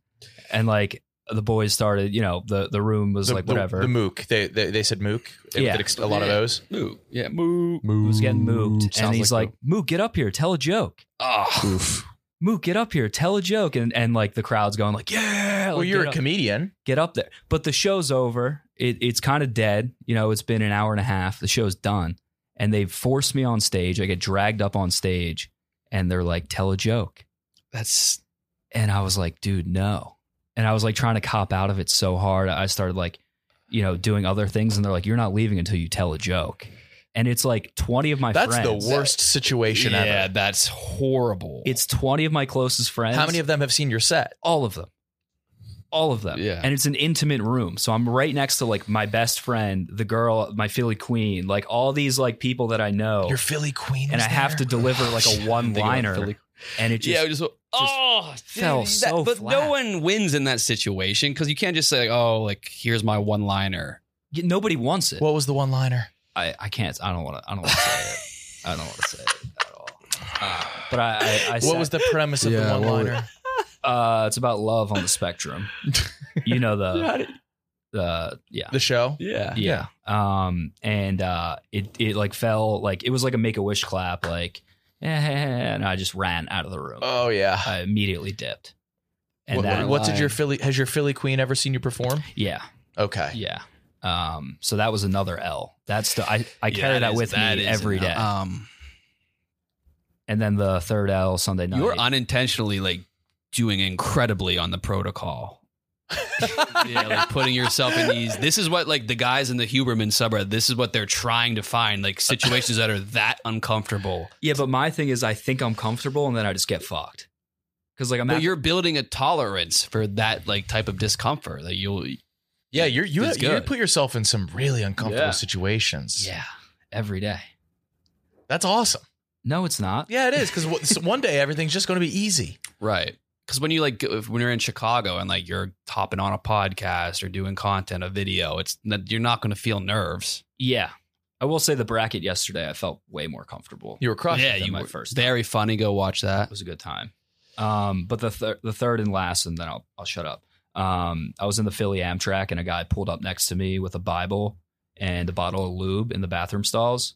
Speaker 6: And like the boys started, you know, the, the room was
Speaker 1: The,
Speaker 6: like
Speaker 1: the-
Speaker 6: whatever.
Speaker 1: The, mook. They, they they said mook. They
Speaker 6: Yeah.
Speaker 1: did ex- a lot of those.
Speaker 8: Moo. Yeah, moo.
Speaker 6: Mook was getting mooked. And
Speaker 8: Sounds
Speaker 6: he's
Speaker 8: like
Speaker 6: like, Mook, get up here, tell a joke.
Speaker 8: Oh,
Speaker 7: Oof.
Speaker 6: Mook, get up here, tell a joke. And and like the crowd's going like, yeah.
Speaker 1: Well,
Speaker 6: like,
Speaker 1: you're
Speaker 6: get
Speaker 1: a
Speaker 6: up-
Speaker 1: comedian.
Speaker 6: Get up there. But the show's over. It, it's kind of dead. You know, it's been an hour and a half. The show's done. And they force me on stage. I get dragged up on stage and they're like, tell a joke.
Speaker 8: that's
Speaker 6: And I was like, dude, no. And I was like trying to cop out of it so hard. I started like, you know, doing other things. And they're like, you're not leaving until you tell a joke. And it's like 20 of my
Speaker 1: That's
Speaker 6: friends.
Speaker 1: the worst situation
Speaker 8: yeah,
Speaker 1: ever.
Speaker 8: that's horrible.
Speaker 6: It's 20 of my closest friends.
Speaker 1: How many of them have seen your set?
Speaker 6: All of them. All of them.
Speaker 8: Yeah.
Speaker 6: And it's an intimate room. So I'm right next to like my best friend, the girl, my Philly queen, like all these like people that I know.
Speaker 1: Your Philly queen.
Speaker 6: and I
Speaker 1: was
Speaker 6: have to
Speaker 1: there?
Speaker 6: deliver like a one liner.
Speaker 8: Philly-
Speaker 6: And it just,
Speaker 8: yeah, it just, oh,
Speaker 6: fell
Speaker 8: dude,
Speaker 6: so
Speaker 8: But
Speaker 6: flat.
Speaker 8: no one wins in that situation because you can't just say, like, oh, like here's my one liner.
Speaker 6: nobody wants it.
Speaker 1: What was the one liner?
Speaker 6: I, I can't. I don't want to. I don't want to say it. I don't want to say it at all. Uh, but I, I, I
Speaker 1: What was the premise of
Speaker 7: Yeah,
Speaker 1: the
Speaker 7: what
Speaker 1: one
Speaker 7: were-
Speaker 1: liner?
Speaker 6: Uh, it's about love on the spectrum. You know the the yeah.
Speaker 1: The show.
Speaker 8: Yeah,
Speaker 6: yeah um and uh it it like fell like it was like a make a wish clap like eh, and I just ran out of the room.
Speaker 1: Oh yeah.
Speaker 6: I immediately dipped. And
Speaker 1: What-
Speaker 6: that
Speaker 1: what did
Speaker 8: line.
Speaker 1: your Philly? Has your Philly queen ever seen you perform?
Speaker 6: yeah
Speaker 1: Okay.
Speaker 6: yeah. Um so that was another L. That's the I I carry that,
Speaker 8: is-
Speaker 6: with me
Speaker 8: is
Speaker 6: every
Speaker 8: an-
Speaker 6: day.
Speaker 8: Um,
Speaker 6: and then the third L Sunday night.
Speaker 8: you're unintentionally like doing incredibly on the protocol. yeah, like putting yourself in these. This is what like the guys in the Huberman subreddit. This is what they're trying to find, like situations that are that uncomfortable.
Speaker 6: Yeah, but my thing is, I think I'm comfortable, and then I just get fucked. Because like I'm
Speaker 8: But
Speaker 6: at-
Speaker 8: you're building a tolerance for that like type of discomfort that you'll. e-,
Speaker 1: Yeah. You're, you
Speaker 8: That's
Speaker 1: you
Speaker 8: good.
Speaker 1: put yourself in some really uncomfortable
Speaker 8: Yeah.
Speaker 1: situations.
Speaker 6: yeah every day.
Speaker 1: That's awesome.
Speaker 6: No, it's not.
Speaker 1: Yeah, it is because one day everything's just going to be easy.
Speaker 8: Right. Because when you like go- if- when you're in Chicago and like you're hopping on a podcast or doing content, a video, it's n- you're not going to feel nerves.
Speaker 6: Yeah, I will say the bracket yesterday, I felt way more comfortable.
Speaker 1: You were crushing.
Speaker 8: yeah,
Speaker 1: it.
Speaker 6: than
Speaker 8: you
Speaker 6: my
Speaker 8: were
Speaker 6: first time.
Speaker 8: very funny. Go watch
Speaker 6: It
Speaker 8: that.
Speaker 6: was a good time. Um, but the thir- the third and last, and then I'll I'll shut up. Um, I was in the Philly Amtrak, and a guy pulled up next to me with a Bible and a bottle of lube in the bathroom stalls.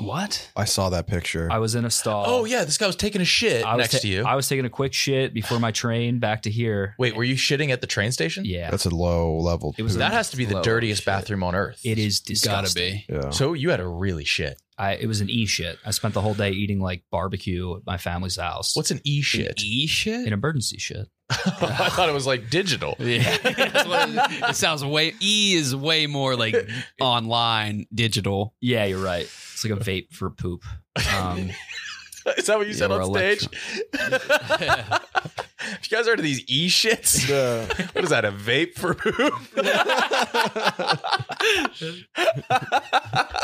Speaker 8: What?
Speaker 7: I saw that picture.
Speaker 6: I was in a stall.
Speaker 1: Oh yeah, this guy was taking a shit
Speaker 6: I was
Speaker 1: next
Speaker 6: ta-
Speaker 1: to you.
Speaker 6: I was taking a quick shit before my train back to here.
Speaker 1: Wait, were you shitting at the train station?
Speaker 6: Yeah,
Speaker 7: That's a low level.
Speaker 6: It was
Speaker 7: poop.
Speaker 1: That has to be the
Speaker 6: Low
Speaker 1: dirtiest
Speaker 6: shit.
Speaker 1: bathroom on earth.
Speaker 6: it is
Speaker 8: Gotta
Speaker 6: disgusting.
Speaker 8: be.
Speaker 7: yeah.
Speaker 1: So you had a really shit.
Speaker 6: I it was an e shit. I spent the whole day eating like barbecue at my family's house.
Speaker 1: What's an e shit?
Speaker 8: E shit.
Speaker 6: an emergency shit?
Speaker 1: I thought it was like digital.
Speaker 8: yeah, That's what it, it sounds way. E is way more like online, digital.
Speaker 6: Yeah, you're right. It's like a vape for poop. Um,
Speaker 1: Is that what you
Speaker 11: Yeah,
Speaker 1: said
Speaker 11: we're
Speaker 1: on stage? If you guys heard of these e shits? What is that? A vape for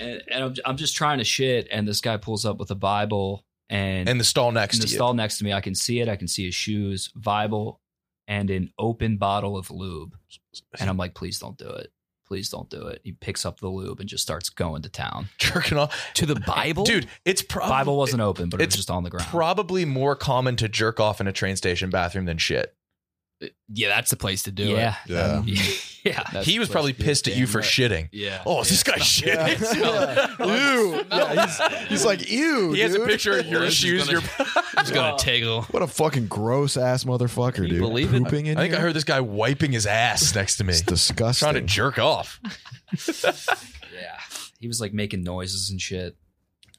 Speaker 6: and, and I'm, I'm just trying to shit, and this guy pulls up with a Bible and
Speaker 1: in the stall next
Speaker 6: in the
Speaker 1: to you.
Speaker 6: stall next to me. I can see it. I can see his shoes, Bible, and an open bottle of lube. And I'm like, please don't do it. Please don't do it. He picks up the lube and just starts going to town,
Speaker 1: jerking off
Speaker 6: to the Bible,
Speaker 1: dude. It's probably
Speaker 6: Bible wasn't open, but it was
Speaker 1: it's
Speaker 6: just on the ground.
Speaker 1: Probably more common to jerk off in a train station bathroom than shit.
Speaker 8: Yeah, that's the place to do
Speaker 6: Yeah.
Speaker 8: it.
Speaker 1: Yeah.
Speaker 6: yeah.
Speaker 1: he was probably pissed at you for shitting.
Speaker 8: Yeah.
Speaker 1: Oh, is this guy shitting?
Speaker 7: Ew. Yeah, he's, he's like, ew.
Speaker 1: He has a
Speaker 7: dude.
Speaker 1: picture of your shoes. your
Speaker 8: He's gonna tangle.
Speaker 7: What a fucking gross ass motherfucker, dude.
Speaker 1: believe it?
Speaker 7: Pooping in
Speaker 1: I think
Speaker 7: here?
Speaker 1: I heard this guy wiping his ass next to me. It's
Speaker 7: disgusting.
Speaker 1: Trying to jerk off.
Speaker 6: yeah. He was like making noises and shit.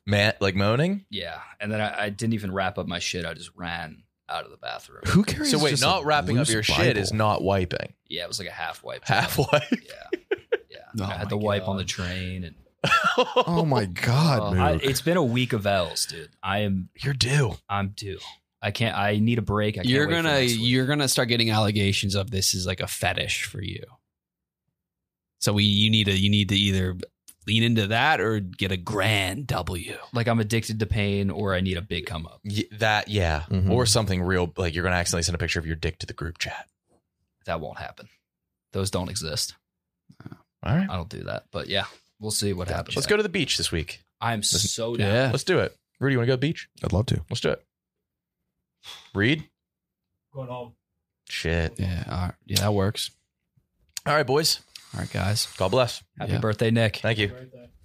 Speaker 1: Man, like moaning?
Speaker 6: Yeah. And then I, I didn't even wrap up my shit. I just ran out of the bathroom.
Speaker 7: Who carries
Speaker 1: So wait,
Speaker 7: just
Speaker 1: not
Speaker 7: a
Speaker 1: wrapping up
Speaker 7: loose
Speaker 1: your shit
Speaker 7: Bible?
Speaker 1: is not wiping.
Speaker 6: Yeah, it was like a half wipe.
Speaker 1: Half wipe.
Speaker 6: I had to wipe on the train, and
Speaker 7: Oh my god,
Speaker 1: Uh,
Speaker 6: I,
Speaker 7: man.
Speaker 6: it's been a week of L's, dude. I am.
Speaker 1: You're due.
Speaker 6: I'm due. I can't. I need a break. I can't
Speaker 8: You're
Speaker 6: wait for
Speaker 8: gonna
Speaker 6: next week.
Speaker 8: you're gonna start getting allegations of this is like a fetish for you. So we you need to you need to either lean into that or get a grand W.
Speaker 6: like I'm addicted to pain, or I need a big come up.
Speaker 1: Y- that, yeah.
Speaker 7: Mm-hmm.
Speaker 1: Or something real. Like you're going to accidentally send a picture of your dick to the group chat.
Speaker 6: That won't happen. Those don't exist.
Speaker 1: All right.
Speaker 6: I don't do that. But yeah, we'll see what happens.
Speaker 1: Let's go to the beach this week.
Speaker 6: I'm so down.
Speaker 8: Oh, Yeah.
Speaker 1: Let's do it. Rudy, you want to go to the beach?
Speaker 7: I'd love to.
Speaker 1: Let's do it. Reed?
Speaker 11: Going home.
Speaker 1: Shit.
Speaker 8: Yeah, all right. yeah, that works.
Speaker 1: All right, boys.
Speaker 8: All right, guys.
Speaker 1: God bless.
Speaker 6: Happy
Speaker 8: Yeah.
Speaker 6: birthday, Nick.
Speaker 1: Thank you.
Speaker 11: Right there.